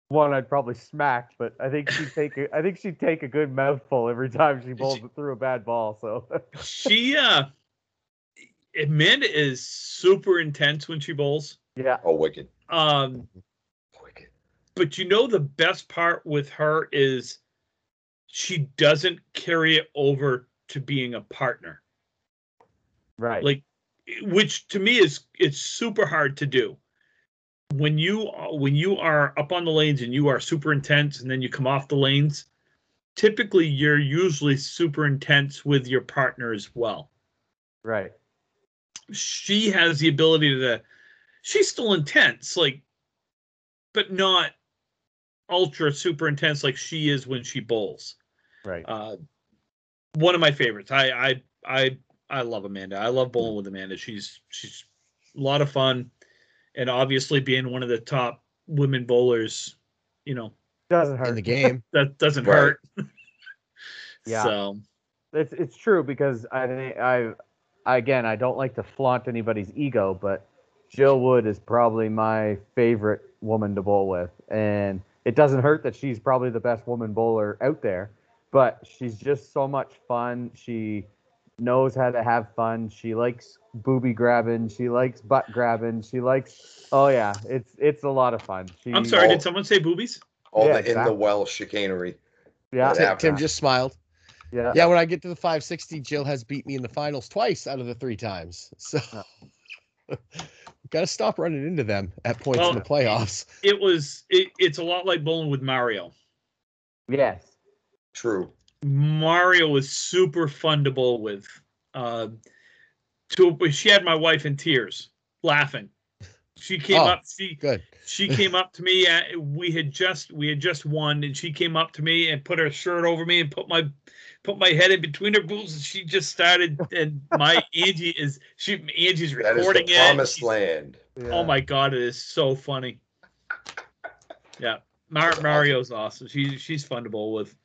S4: one I'd probably smack, but I think she'd take a, I think she'd take a good mouthful every time she bowls through a bad ball. So
S1: She, uh, Amanda is super intense when she bowls.
S4: yeah,
S2: Oh, wicked.
S1: Um,
S2: Wicked.
S1: but you know the best part with her is she doesn't carry it over to being a partner
S4: right.
S1: like which to me is it's super hard to do when you when you are up on the lanes and you are super intense and then you come off the lanes typically you're usually super intense with your partner as well
S4: right.
S1: she has the ability to she's still intense like but not ultra super intense like she is when she bowls
S4: Right.
S1: uh one of my favorites i i i i love amanda i love bowling with amanda she's she's a lot of fun and obviously being one of the top women bowlers you know
S4: Doesn't
S3: in the
S4: hurt.
S3: game.
S1: that doesn't
S2: Right.
S1: hurt
S4: Yeah.
S1: so
S4: It's it's true because I think I, I again I don't like to flaunt anybody's ego, but Jill Wood is probably my favorite woman to bowl with, and it doesn't hurt that she's probably the best woman bowler out there. But she's just so much fun. She knows how to have fun. She likes booby grabbing. She likes butt grabbing. She likes. Oh yeah, it's it's a lot of fun. She,
S1: i'm sorry
S2: Oh.
S1: did someone say boobies
S2: All
S4: Yeah,
S2: the in the
S4: exactly.
S2: well chicanery.
S4: Yeah,
S3: Tim,
S2: Yeah.
S3: Tim just smiled.
S4: yeah,
S3: Yeah, when I get to the 560, Jill has beat me in the finals twice out of the three times. So got to stop running into them at points
S1: Well-
S3: in the playoffs.
S1: it was it, it's a lot like bowling with mario
S4: yes,
S2: True.
S1: Mario was super fun to bowl with. Uh, to she had my wife in tears, laughing. She came
S3: Oh.
S1: up. She
S3: Good.
S1: she came up to me at, we had just we had just won and she came up to me and put her shirt over me and put my put my head in between her boobs and she just started and my angie is she angie's
S2: That is
S1: recording
S2: the promised
S1: it She's-
S2: land.
S1: oh my god it is so funny yeah Mar-
S2: awesome.
S1: mario's awesome she's she's fun to bowl with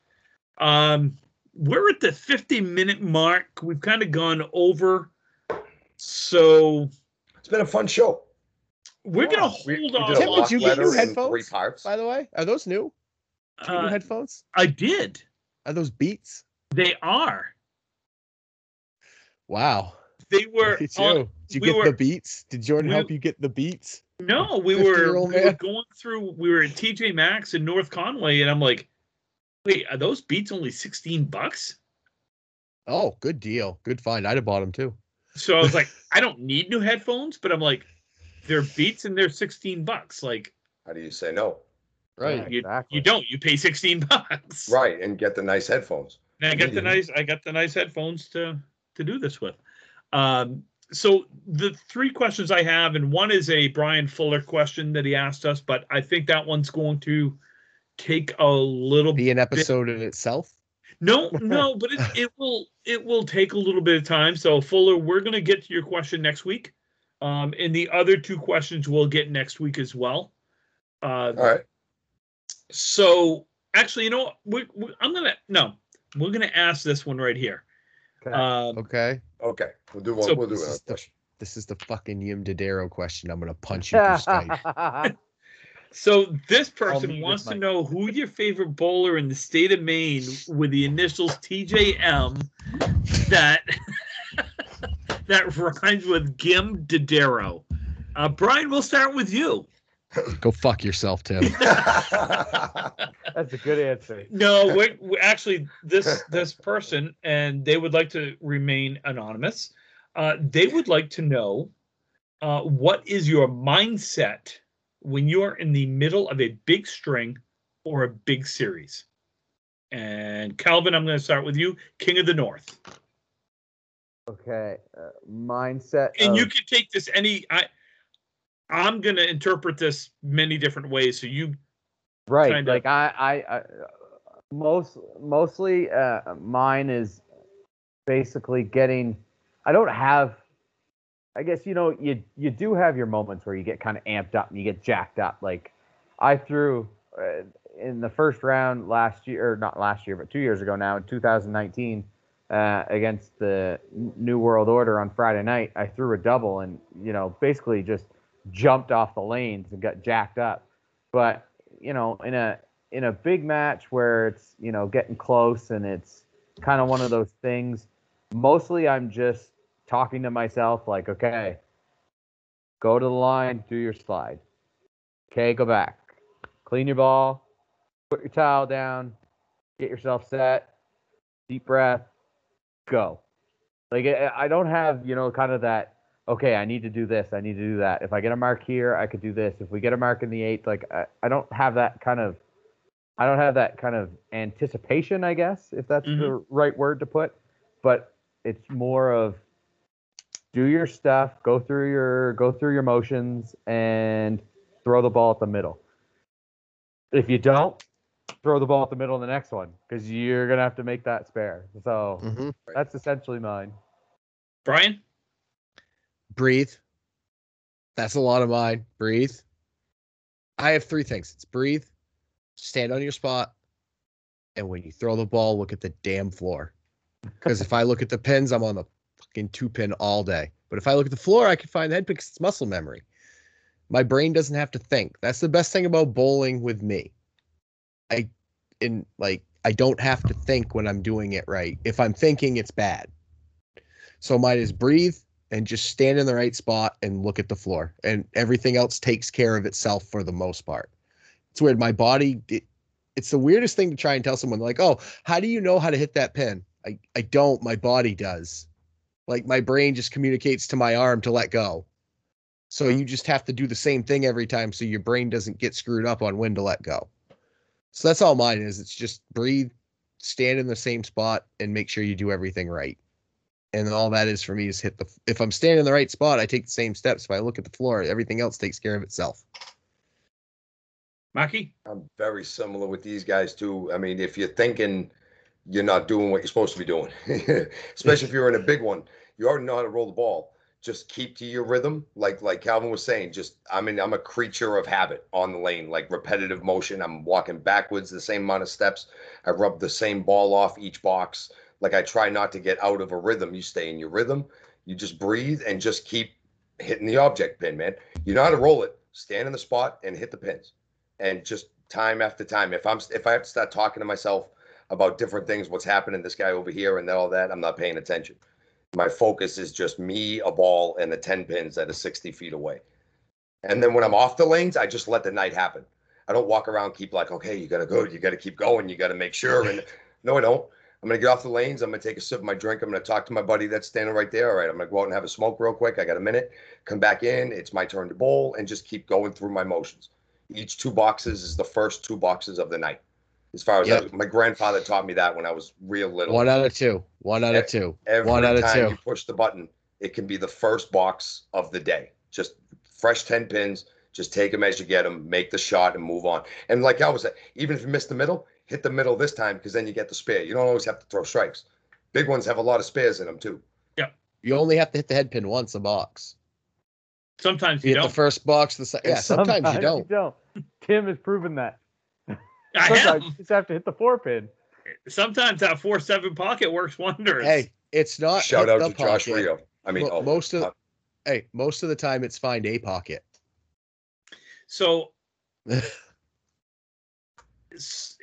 S1: um we're at the 50 minute mark we've kind of gone over so
S2: It's been a fun show.
S1: we're gonna
S2: Wow.
S1: hold
S2: We- we did a
S1: on
S3: Tim,
S2: lock
S3: did you get
S2: letter
S3: new
S2: in
S3: headphones?
S2: Three parts.
S3: By the way, are those new? New
S1: Uh,
S3: headphones?
S1: i did
S3: Are those Beats?
S1: They are.
S3: Wow.
S1: They were.
S3: Look at
S1: on-
S3: you. Did you
S1: we
S3: get
S1: were-
S3: the Beats? Did Jordan
S1: we-
S3: help you get the Beats?
S1: no, we
S3: 50-year-old
S1: were, we were
S3: man.
S1: going through. We were at TJ Maxx in North Conway, and I'm like, wait, are those beats only 16 bucks?
S3: Oh, good deal. Good find. I'd have bought them too.
S1: So I was like, I don't need new headphones, but I'm like, they're beats and they're 16 bucks. Like,
S2: How do you say no?
S4: Right.
S1: you,
S4: exactly.
S1: you don't, you pay 16 bucks.
S2: Right, and get the nice headphones.
S1: And I got the
S3: Mhm.
S1: nice I got the nice headphones to to do this with. Um, so the three questions I have, and one is a Brian Fuller question that he asked us, but I think that one's going to take a little
S3: Be an episode in itself.
S1: no, no, but it, it will it will take a little bit of time. So Fuller, we're gonna get to your question next week. Um, and the other two questions we'll get next week as well. Uh,
S2: All right.
S1: so actually, you know what? We, we, I'm gonna no, we're gonna ask this one right here.
S4: Okay.
S1: Um,
S3: Okay.
S2: Okay. We'll do one.
S1: So
S2: we'll do
S3: this
S2: another
S3: is the-
S2: question.
S3: This is the fucking Yim Dodaro question. I'm gonna punch you through Skype.
S1: So this
S4: mute
S1: person
S4: this
S1: wants to
S4: mic.
S1: know who your favorite bowler in the state of Maine with the initials TJM that that rhymes with Gim Dodaro. Uh, Brian, we'll start with you.
S3: Go fuck yourself, Tim.
S4: That's a good answer.
S1: No, we're, we actually this this person, and they would like to remain anonymous. Uh, they would like to know uh, what is your mindset when you are in the middle of a big string or a big series. And Calvin, I'm going to start with you, King of the North,
S4: Okay. Uh, mindset.
S1: and you
S4: of-
S1: can take this any. I I'm going to interpret this many different ways. So you
S4: right
S1: kind of-
S4: like I, I i most mostly uh mine is basically getting i don't have i guess you know you you do have your moments where you get kind of amped up and you get jacked up like i threw uh, in the first round last year or not last year but two years ago now in 2019 uh, against the N- new world order on friday night i threw a double and you know basically just jumped off the lanes and got jacked up but you know in a in a big match where it's you know getting close and it's kind of one of those things mostly i'm just talking to myself like okay go to the line do your slide okay go back clean your ball put your towel down get yourself set deep breath go like I I don't have you know kind of that okay, I need to do this, I need to do that. If I get a mark here, I could do this. If we get a mark in the eighth, like I, I don't have that kind of I don't have that kind of anticipation, I guess, if that's the right word to put. But it's more of do your stuff, go through your go through your motions and throw the ball at the middle. If you don't, throw the ball at the middle in the next one because you're gonna have to make that spare. So
S1: Mm-hmm.
S3: Mhm.
S4: that's essentially mine.
S1: Brian,
S3: Breathe. That's a lot of mine. Breathe. I have three things. It's breathe, stand on your spot, and when you throw the ball, look at the damn floor. Because if I look at the pins, I'm on the fucking two pin all day. But if I look at the floor, I can find the head pin 'cause it's muscle memory. My brain doesn't have to think. That's the best thing about bowling with me. I in like I don't have to think when I'm doing it right. If I'm thinking, it's bad. So mine is breathe and just stand in the right spot and look at the floor, and everything else takes care of itself for the most part. It's weird. My body, it, it's the weirdest thing to try and tell someone like, "Oh, how do you know how to hit that pin?" I I don't. My body does. Like my brain just communicates to my arm to let go. So you just have to do the same thing every time, so your brain doesn't get screwed up on when to let go. So that's all mine is. It's just breathe, stand in the same spot, and make sure you do everything right and all that is for me is hit the. If I'm standing in the right spot, I take the same steps. If I look at the floor, everything else takes care of itself.
S1: Maki?
S2: I'm very similar with these guys too. I mean, if you're thinking you're not doing what you're supposed to be doing, especially if you're in a big one, you already know how to roll the ball. Just keep to your rhythm, like like Calvin was saying. Just I mean, I'm a creature of habit on the lane, like repetitive motion. I'm walking backwards the same amount of steps. I rub the same ball off each box. Like I try not to get out of a rhythm. You stay in your rhythm. You just breathe and just keep hitting the object pin, man. You know how to roll it. Stand in the spot and hit the pins and just time after time. If I'm if I have to start talking to myself about different things, what's happening, this guy over here and all that, I'm not paying attention. My focus is just me, a ball, and the ten pins that are sixty feet away. And then when I'm off the lanes, I just let the night happen. I don't walk around keep like, okay, you gotta go, you gotta keep going, you gotta make sure. And no, I don't. I'm gonna get off the lanes. I'm gonna take a sip of my drink. I'm gonna talk to my buddy that's standing right there. All right, I'm gonna go out and have a smoke real quick. I got a minute. Come back in. It's my turn to bowl, and just keep going through my motions each two boxes is the first two boxes of the night. As far as
S3: Yep.
S2: that, my grandfather taught me that when I was real little.
S3: One out of two. One out of two.
S2: Every
S3: One out of
S2: time you
S3: two.
S2: push the button, it can be the first box of the day. Just fresh ten pins. Just take them as you get them. Make the shot and move on. And like I was saying, even if you miss the middle, hit the middle this time because then you get the spare. You don't always have to throw strikes. Big ones have a lot of spares in them too.
S3: You only have to hit the head pin once a box.
S1: Sometimes
S3: You,
S1: you
S3: hit
S1: don't.
S3: the first box. The se- yeah. Sometimes, you don't.
S4: Tim has proven that.
S1: I have.
S4: Sometimes you just have to hit the four pin.
S1: Sometimes that four seven pocket works wonders.
S3: Hey, it's not.
S2: Shout
S3: Uh, hit
S2: out
S3: the
S2: to Josh
S3: pocket.
S2: Rio. I mean,
S3: Mo-
S2: oh,
S3: most of-
S2: uh,
S3: Hey, most of the time it's find a pocket.
S1: So s-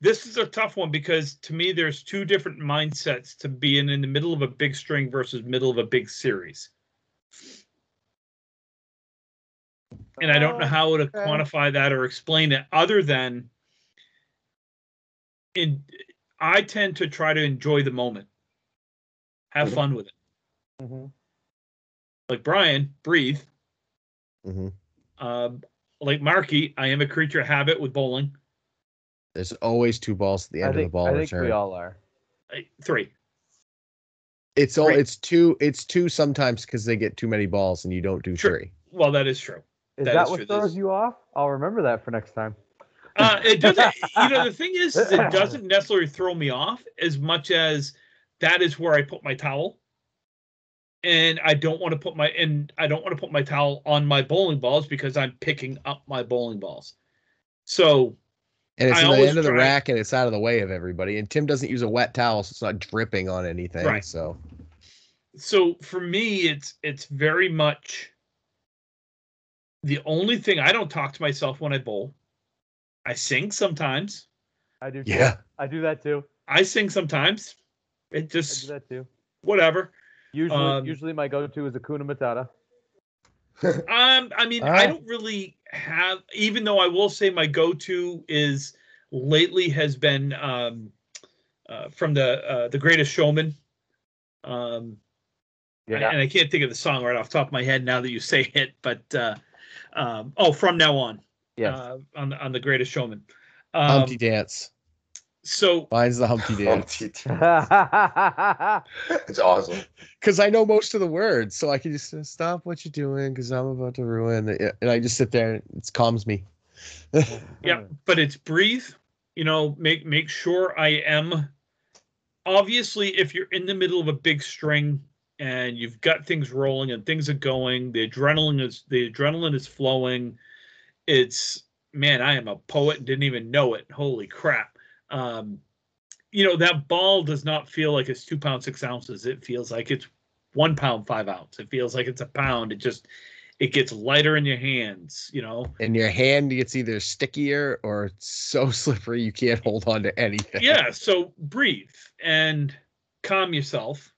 S1: this is a tough one because to me there's two different mindsets to being in the middle of a big string versus middle of a big series and i
S4: Oh,
S1: don't know how to quantify that or explain it other than in i tend to try to enjoy the moment have
S2: Mhm.
S1: fun with it
S4: Mhm.
S1: like brian breathe
S4: Mm-hmm.
S3: hmm
S1: um, like marky i am a creature of habit with bowling
S3: There's always two balls at the
S4: I
S3: end
S4: think,
S3: of the ball
S4: I think
S3: return.
S4: we all are.
S1: I- Uh, three
S3: it's all.
S1: Right.
S3: It's two. It's two sometimes because they get too many balls and you don't do
S1: Sure.
S3: three.
S1: well that is true
S4: Is
S1: That
S4: that,
S1: is
S4: what
S1: true.
S4: throws
S1: This-
S4: you off? I'll remember that for next time.
S1: Uh, it doesn't. you know, the thing is, is it doesn't necessarily throw me off as much as that is where I put my towel, and I don't want to put my and I don't want to put my towel on my bowling balls because I'm picking up my bowling balls. So
S3: And it's
S1: I
S3: at the
S1: always
S3: end of the
S1: try-
S3: rack and it's out of the way of everybody. And Tim doesn't use a wet towel, so it's not dripping on anything.
S1: Right.
S3: So
S1: so for me, it's it's very much. The only thing I don't talk to myself when I bowl, I sing sometimes.
S4: I do. Too.
S3: yeah.
S4: I do that too.
S1: I sing sometimes. It
S4: I do
S1: just
S4: that too.
S1: whatever.
S4: Usually,
S1: Um,
S4: usually my go-to is Akuna Matata.
S1: Um, I mean, I
S3: Alright.
S1: don't really have, even though I will say my go-to is lately has been um, uh, from the uh, the Greatest Showman. Um, and I can't think of the song right off the top of my head now that you say it, but uh, um, oh, from now on,
S4: Yes.
S1: uh, on the- on the Greatest Showman. Um,
S3: Humpty dance.
S1: so
S3: Mine's the Humpty dance.
S2: Humpty Dumpty.
S1: uh,
S4: That's
S2: um, it's awesome.
S3: Because I know most of the words, so I can just uh, stop what you're doing because I'm about to ruin it. And I just sit there and it calms me.
S1: yeah, but it's breathe. You know, make make sure I am. Obviously, if you're in the middle of a big string and you've got things rolling and things are going, the adrenaline is the adrenaline is flowing. It's man, I am a poet and didn't even know it. Holy crap! Um, you know that ball does not feel like it's two pounds six ounces. It feels like it's one pound five ounce. It feels like it's a pound. It just it gets lighter in your hands. You know,
S3: And your hand gets either stickier or it's so slippery you can't hold on to anything.
S1: yeah so breathe and calm yourself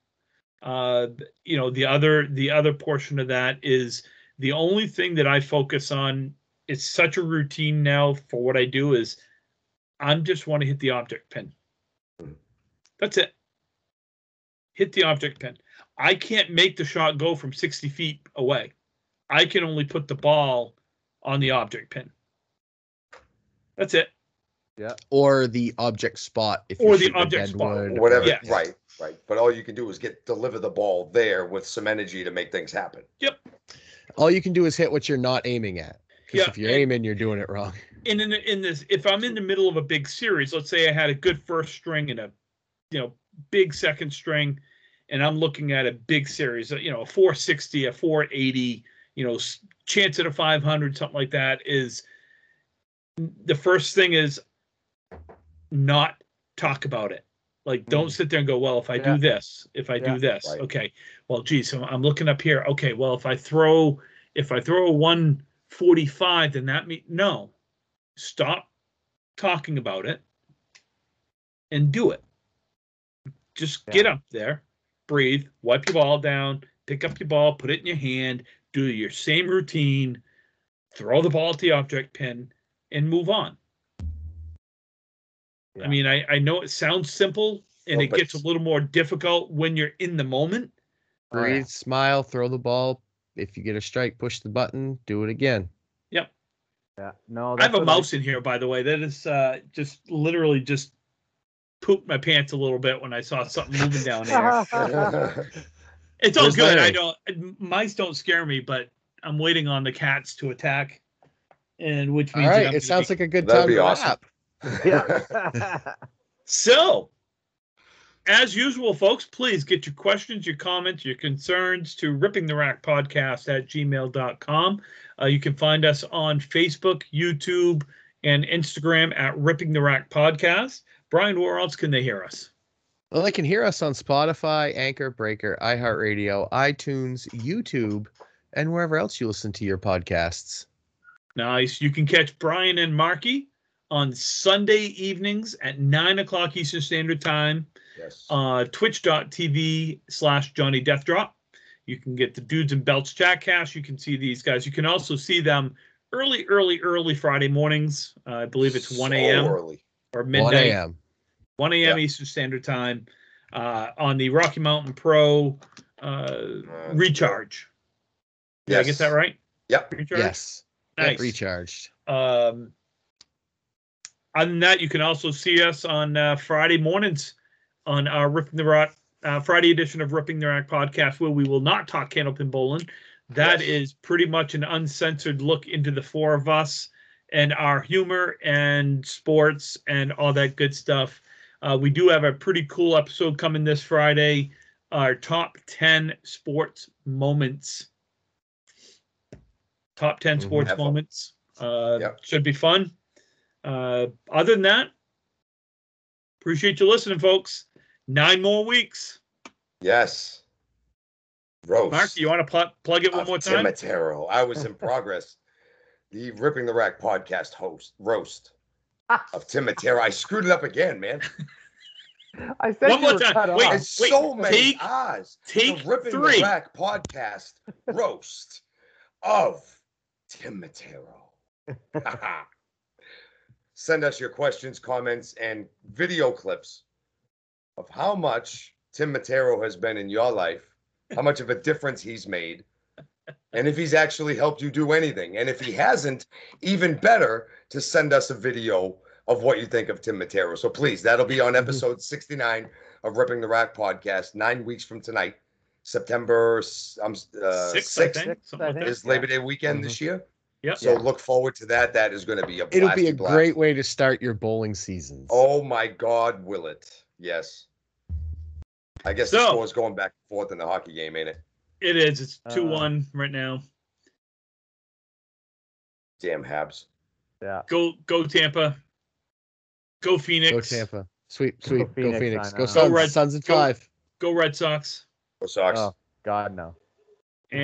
S1: uh you know the other the other portion of that is the only thing that i focus on it's such a routine now for what i do is i'm just want to hit the object pin that's it hit the object pin i can't make the shot go from 60 feet away i can only put the ball on the object pin that's it
S3: Or the object spot if
S1: Or
S3: you're
S1: the
S3: shooting a
S1: object spot,
S3: deadwood
S2: whatever
S1: Yeah.
S2: right right? But all you can do is get deliver the ball there with some energy to make things happen.
S3: All you can do is hit what you're not aiming at. Because
S1: Yeah,
S3: if you're
S1: and-
S3: aiming, you're doing it wrong.
S1: And in the, in this, if I'm in the middle of a big series, let's say I had a good first string and a, you know, big second string, and I'm looking at a big series, you know, a 460, a 480, you know, s- chance at a 500, something like that. Is the first thing is not talk about it. Like, don't sit there and go, well, if I
S4: Mm. Yeah.
S1: do this, if I
S4: Yeah.
S1: do this,
S2: Right.
S1: okay. Well, geez, I'm, I'm looking up here. Okay, well, if I throw, if I throw a 145, then that mean no. Stop talking about it and do it. Just
S4: Yeah.
S1: get up there, breathe, wipe your ball down, pick up your ball, put it in your hand, do your same routine, throw the ball at the object pin, and move on.
S4: Yeah.
S1: I mean, I, I know it sounds simple and
S2: Well,
S1: it
S2: but
S1: gets a little more difficult when you're in the moment.
S4: Oh, yeah.
S3: Breathe, smile, throw the ball. If you get a strike, push the button, do it again.
S4: Yeah. No,
S1: I have
S4: that's
S1: a
S4: what
S1: mouse in here, by the way. That is uh, just literally just pooped my pants a little bit when I saw something moving down here. It's all
S3: Where's
S1: good. I
S3: Larry?
S1: don't. Mice don't scare me, but I'm waiting on the cats to attack, and which
S3: All
S1: means
S3: right. It sounds like a good
S2: That'd
S3: time
S2: be
S3: to
S2: awesome.
S3: wrap.
S4: Yeah.
S1: so. As usual, folks, please get your questions, your comments, your concerns to rippingtherackpodcast at gmail.com. Uh, you can find us on Facebook, YouTube, and Instagram at Ripping the Rack Podcast. Brian, where else can they hear us?
S3: Well, they can hear us on Spotify, Anchor, Breaker, iHeartRadio, iTunes, YouTube, and wherever else you listen to your podcasts.
S1: Nice. You can catch Brian and Marky on Sunday evenings at 9 o'clock Eastern Standard Time,
S2: yes.
S1: uh, twitch.tv slash Johnny Death Drop. You can get the Dudes and Belts chat cast. You can see these guys. You can also see them early, early, early Friday mornings. Uh, I believe it's 1
S2: So
S1: a.m.
S2: early.
S1: or
S3: 1
S1: midnight.
S3: a.m.
S1: 1 a.m.
S2: Yeah.
S1: Eastern Standard Time uh, on the Rocky Mountain Pro uh,
S2: Uh,
S1: Recharge. Did I
S2: Yes.
S1: get that right?
S2: Yep.
S1: Recharge?
S3: Yes. Get
S1: Nice.
S3: Recharged.
S1: Um, other than that, you can also see us on uh, Friday mornings on our Ripping the Rock uh, Friday edition of Ripping the Rock podcast, where we will not talk Candlepin Bowling. That is
S2: Yes.
S1: pretty much an uncensored look into the four of us and our humor and sports and all that good stuff. Uh, we do have a pretty cool episode coming this Friday. Our top 10 sports moments. Top 10
S3: Mhm.
S1: sports
S2: Mm-hmm. Have fun.
S1: moments. Uh,
S2: Yep.
S1: Should be fun. Uh, other than that, appreciate you listening, folks. Nine more weeks.
S2: Yes. Roast.
S1: Mark, you want to pl- plug it one
S2: of
S1: more time?
S2: Timotero. I was in progress. The Ripping the Rack podcast host roast of Timotero. I screwed it up again, man.
S4: I said
S1: One
S4: you
S1: more
S4: were
S1: time.
S4: cut
S1: Oh, Wait.
S4: off.
S2: It's so many
S1: take-
S2: eyes.
S1: Take
S2: the Ripping
S1: three.
S2: the Rack podcast roast of Timotero. Send us your questions, comments, and video clips of how much Tim Matero has been in your life, how much of a difference he's made, and if he's actually helped you do anything. And if he hasn't, even better to send us a video of what you think of Tim Matero. So please, that'll be
S3: Mm-hmm.
S2: on episode 69 of Ripping the Rack podcast, nine weeks from tonight, September s- I'm, s- uh,
S1: Six,
S2: 6th
S1: I think.
S4: Six,
S1: something
S4: I
S1: like
S4: think.
S1: that.
S2: is Labor Day weekend this year.
S1: Yep.
S2: So
S4: Yeah.
S2: look forward to that. That is going to be a
S3: Mm-hmm. It'll be a
S2: blasty blast.
S3: great way to start your bowling seasons.
S2: Oh my God, will it? Yes. I guess the
S1: So-
S2: score's going back and forth in the hockey game, ain't it?
S1: It is. It's
S4: Uh,
S1: 2 1 right now.
S2: Damn Habs.
S4: Yeah.
S1: Go, go Tampa. Go Phoenix.
S3: Go Tampa. Sweep, sweep. Go
S4: Phoenix,
S3: Phoenix.
S4: I
S3: Go
S4: know.
S3: Suns.
S1: Go Red-
S3: Suns in
S1: go-
S3: five.
S1: Go Red Sox.
S2: Go Sox.
S4: Oh God no.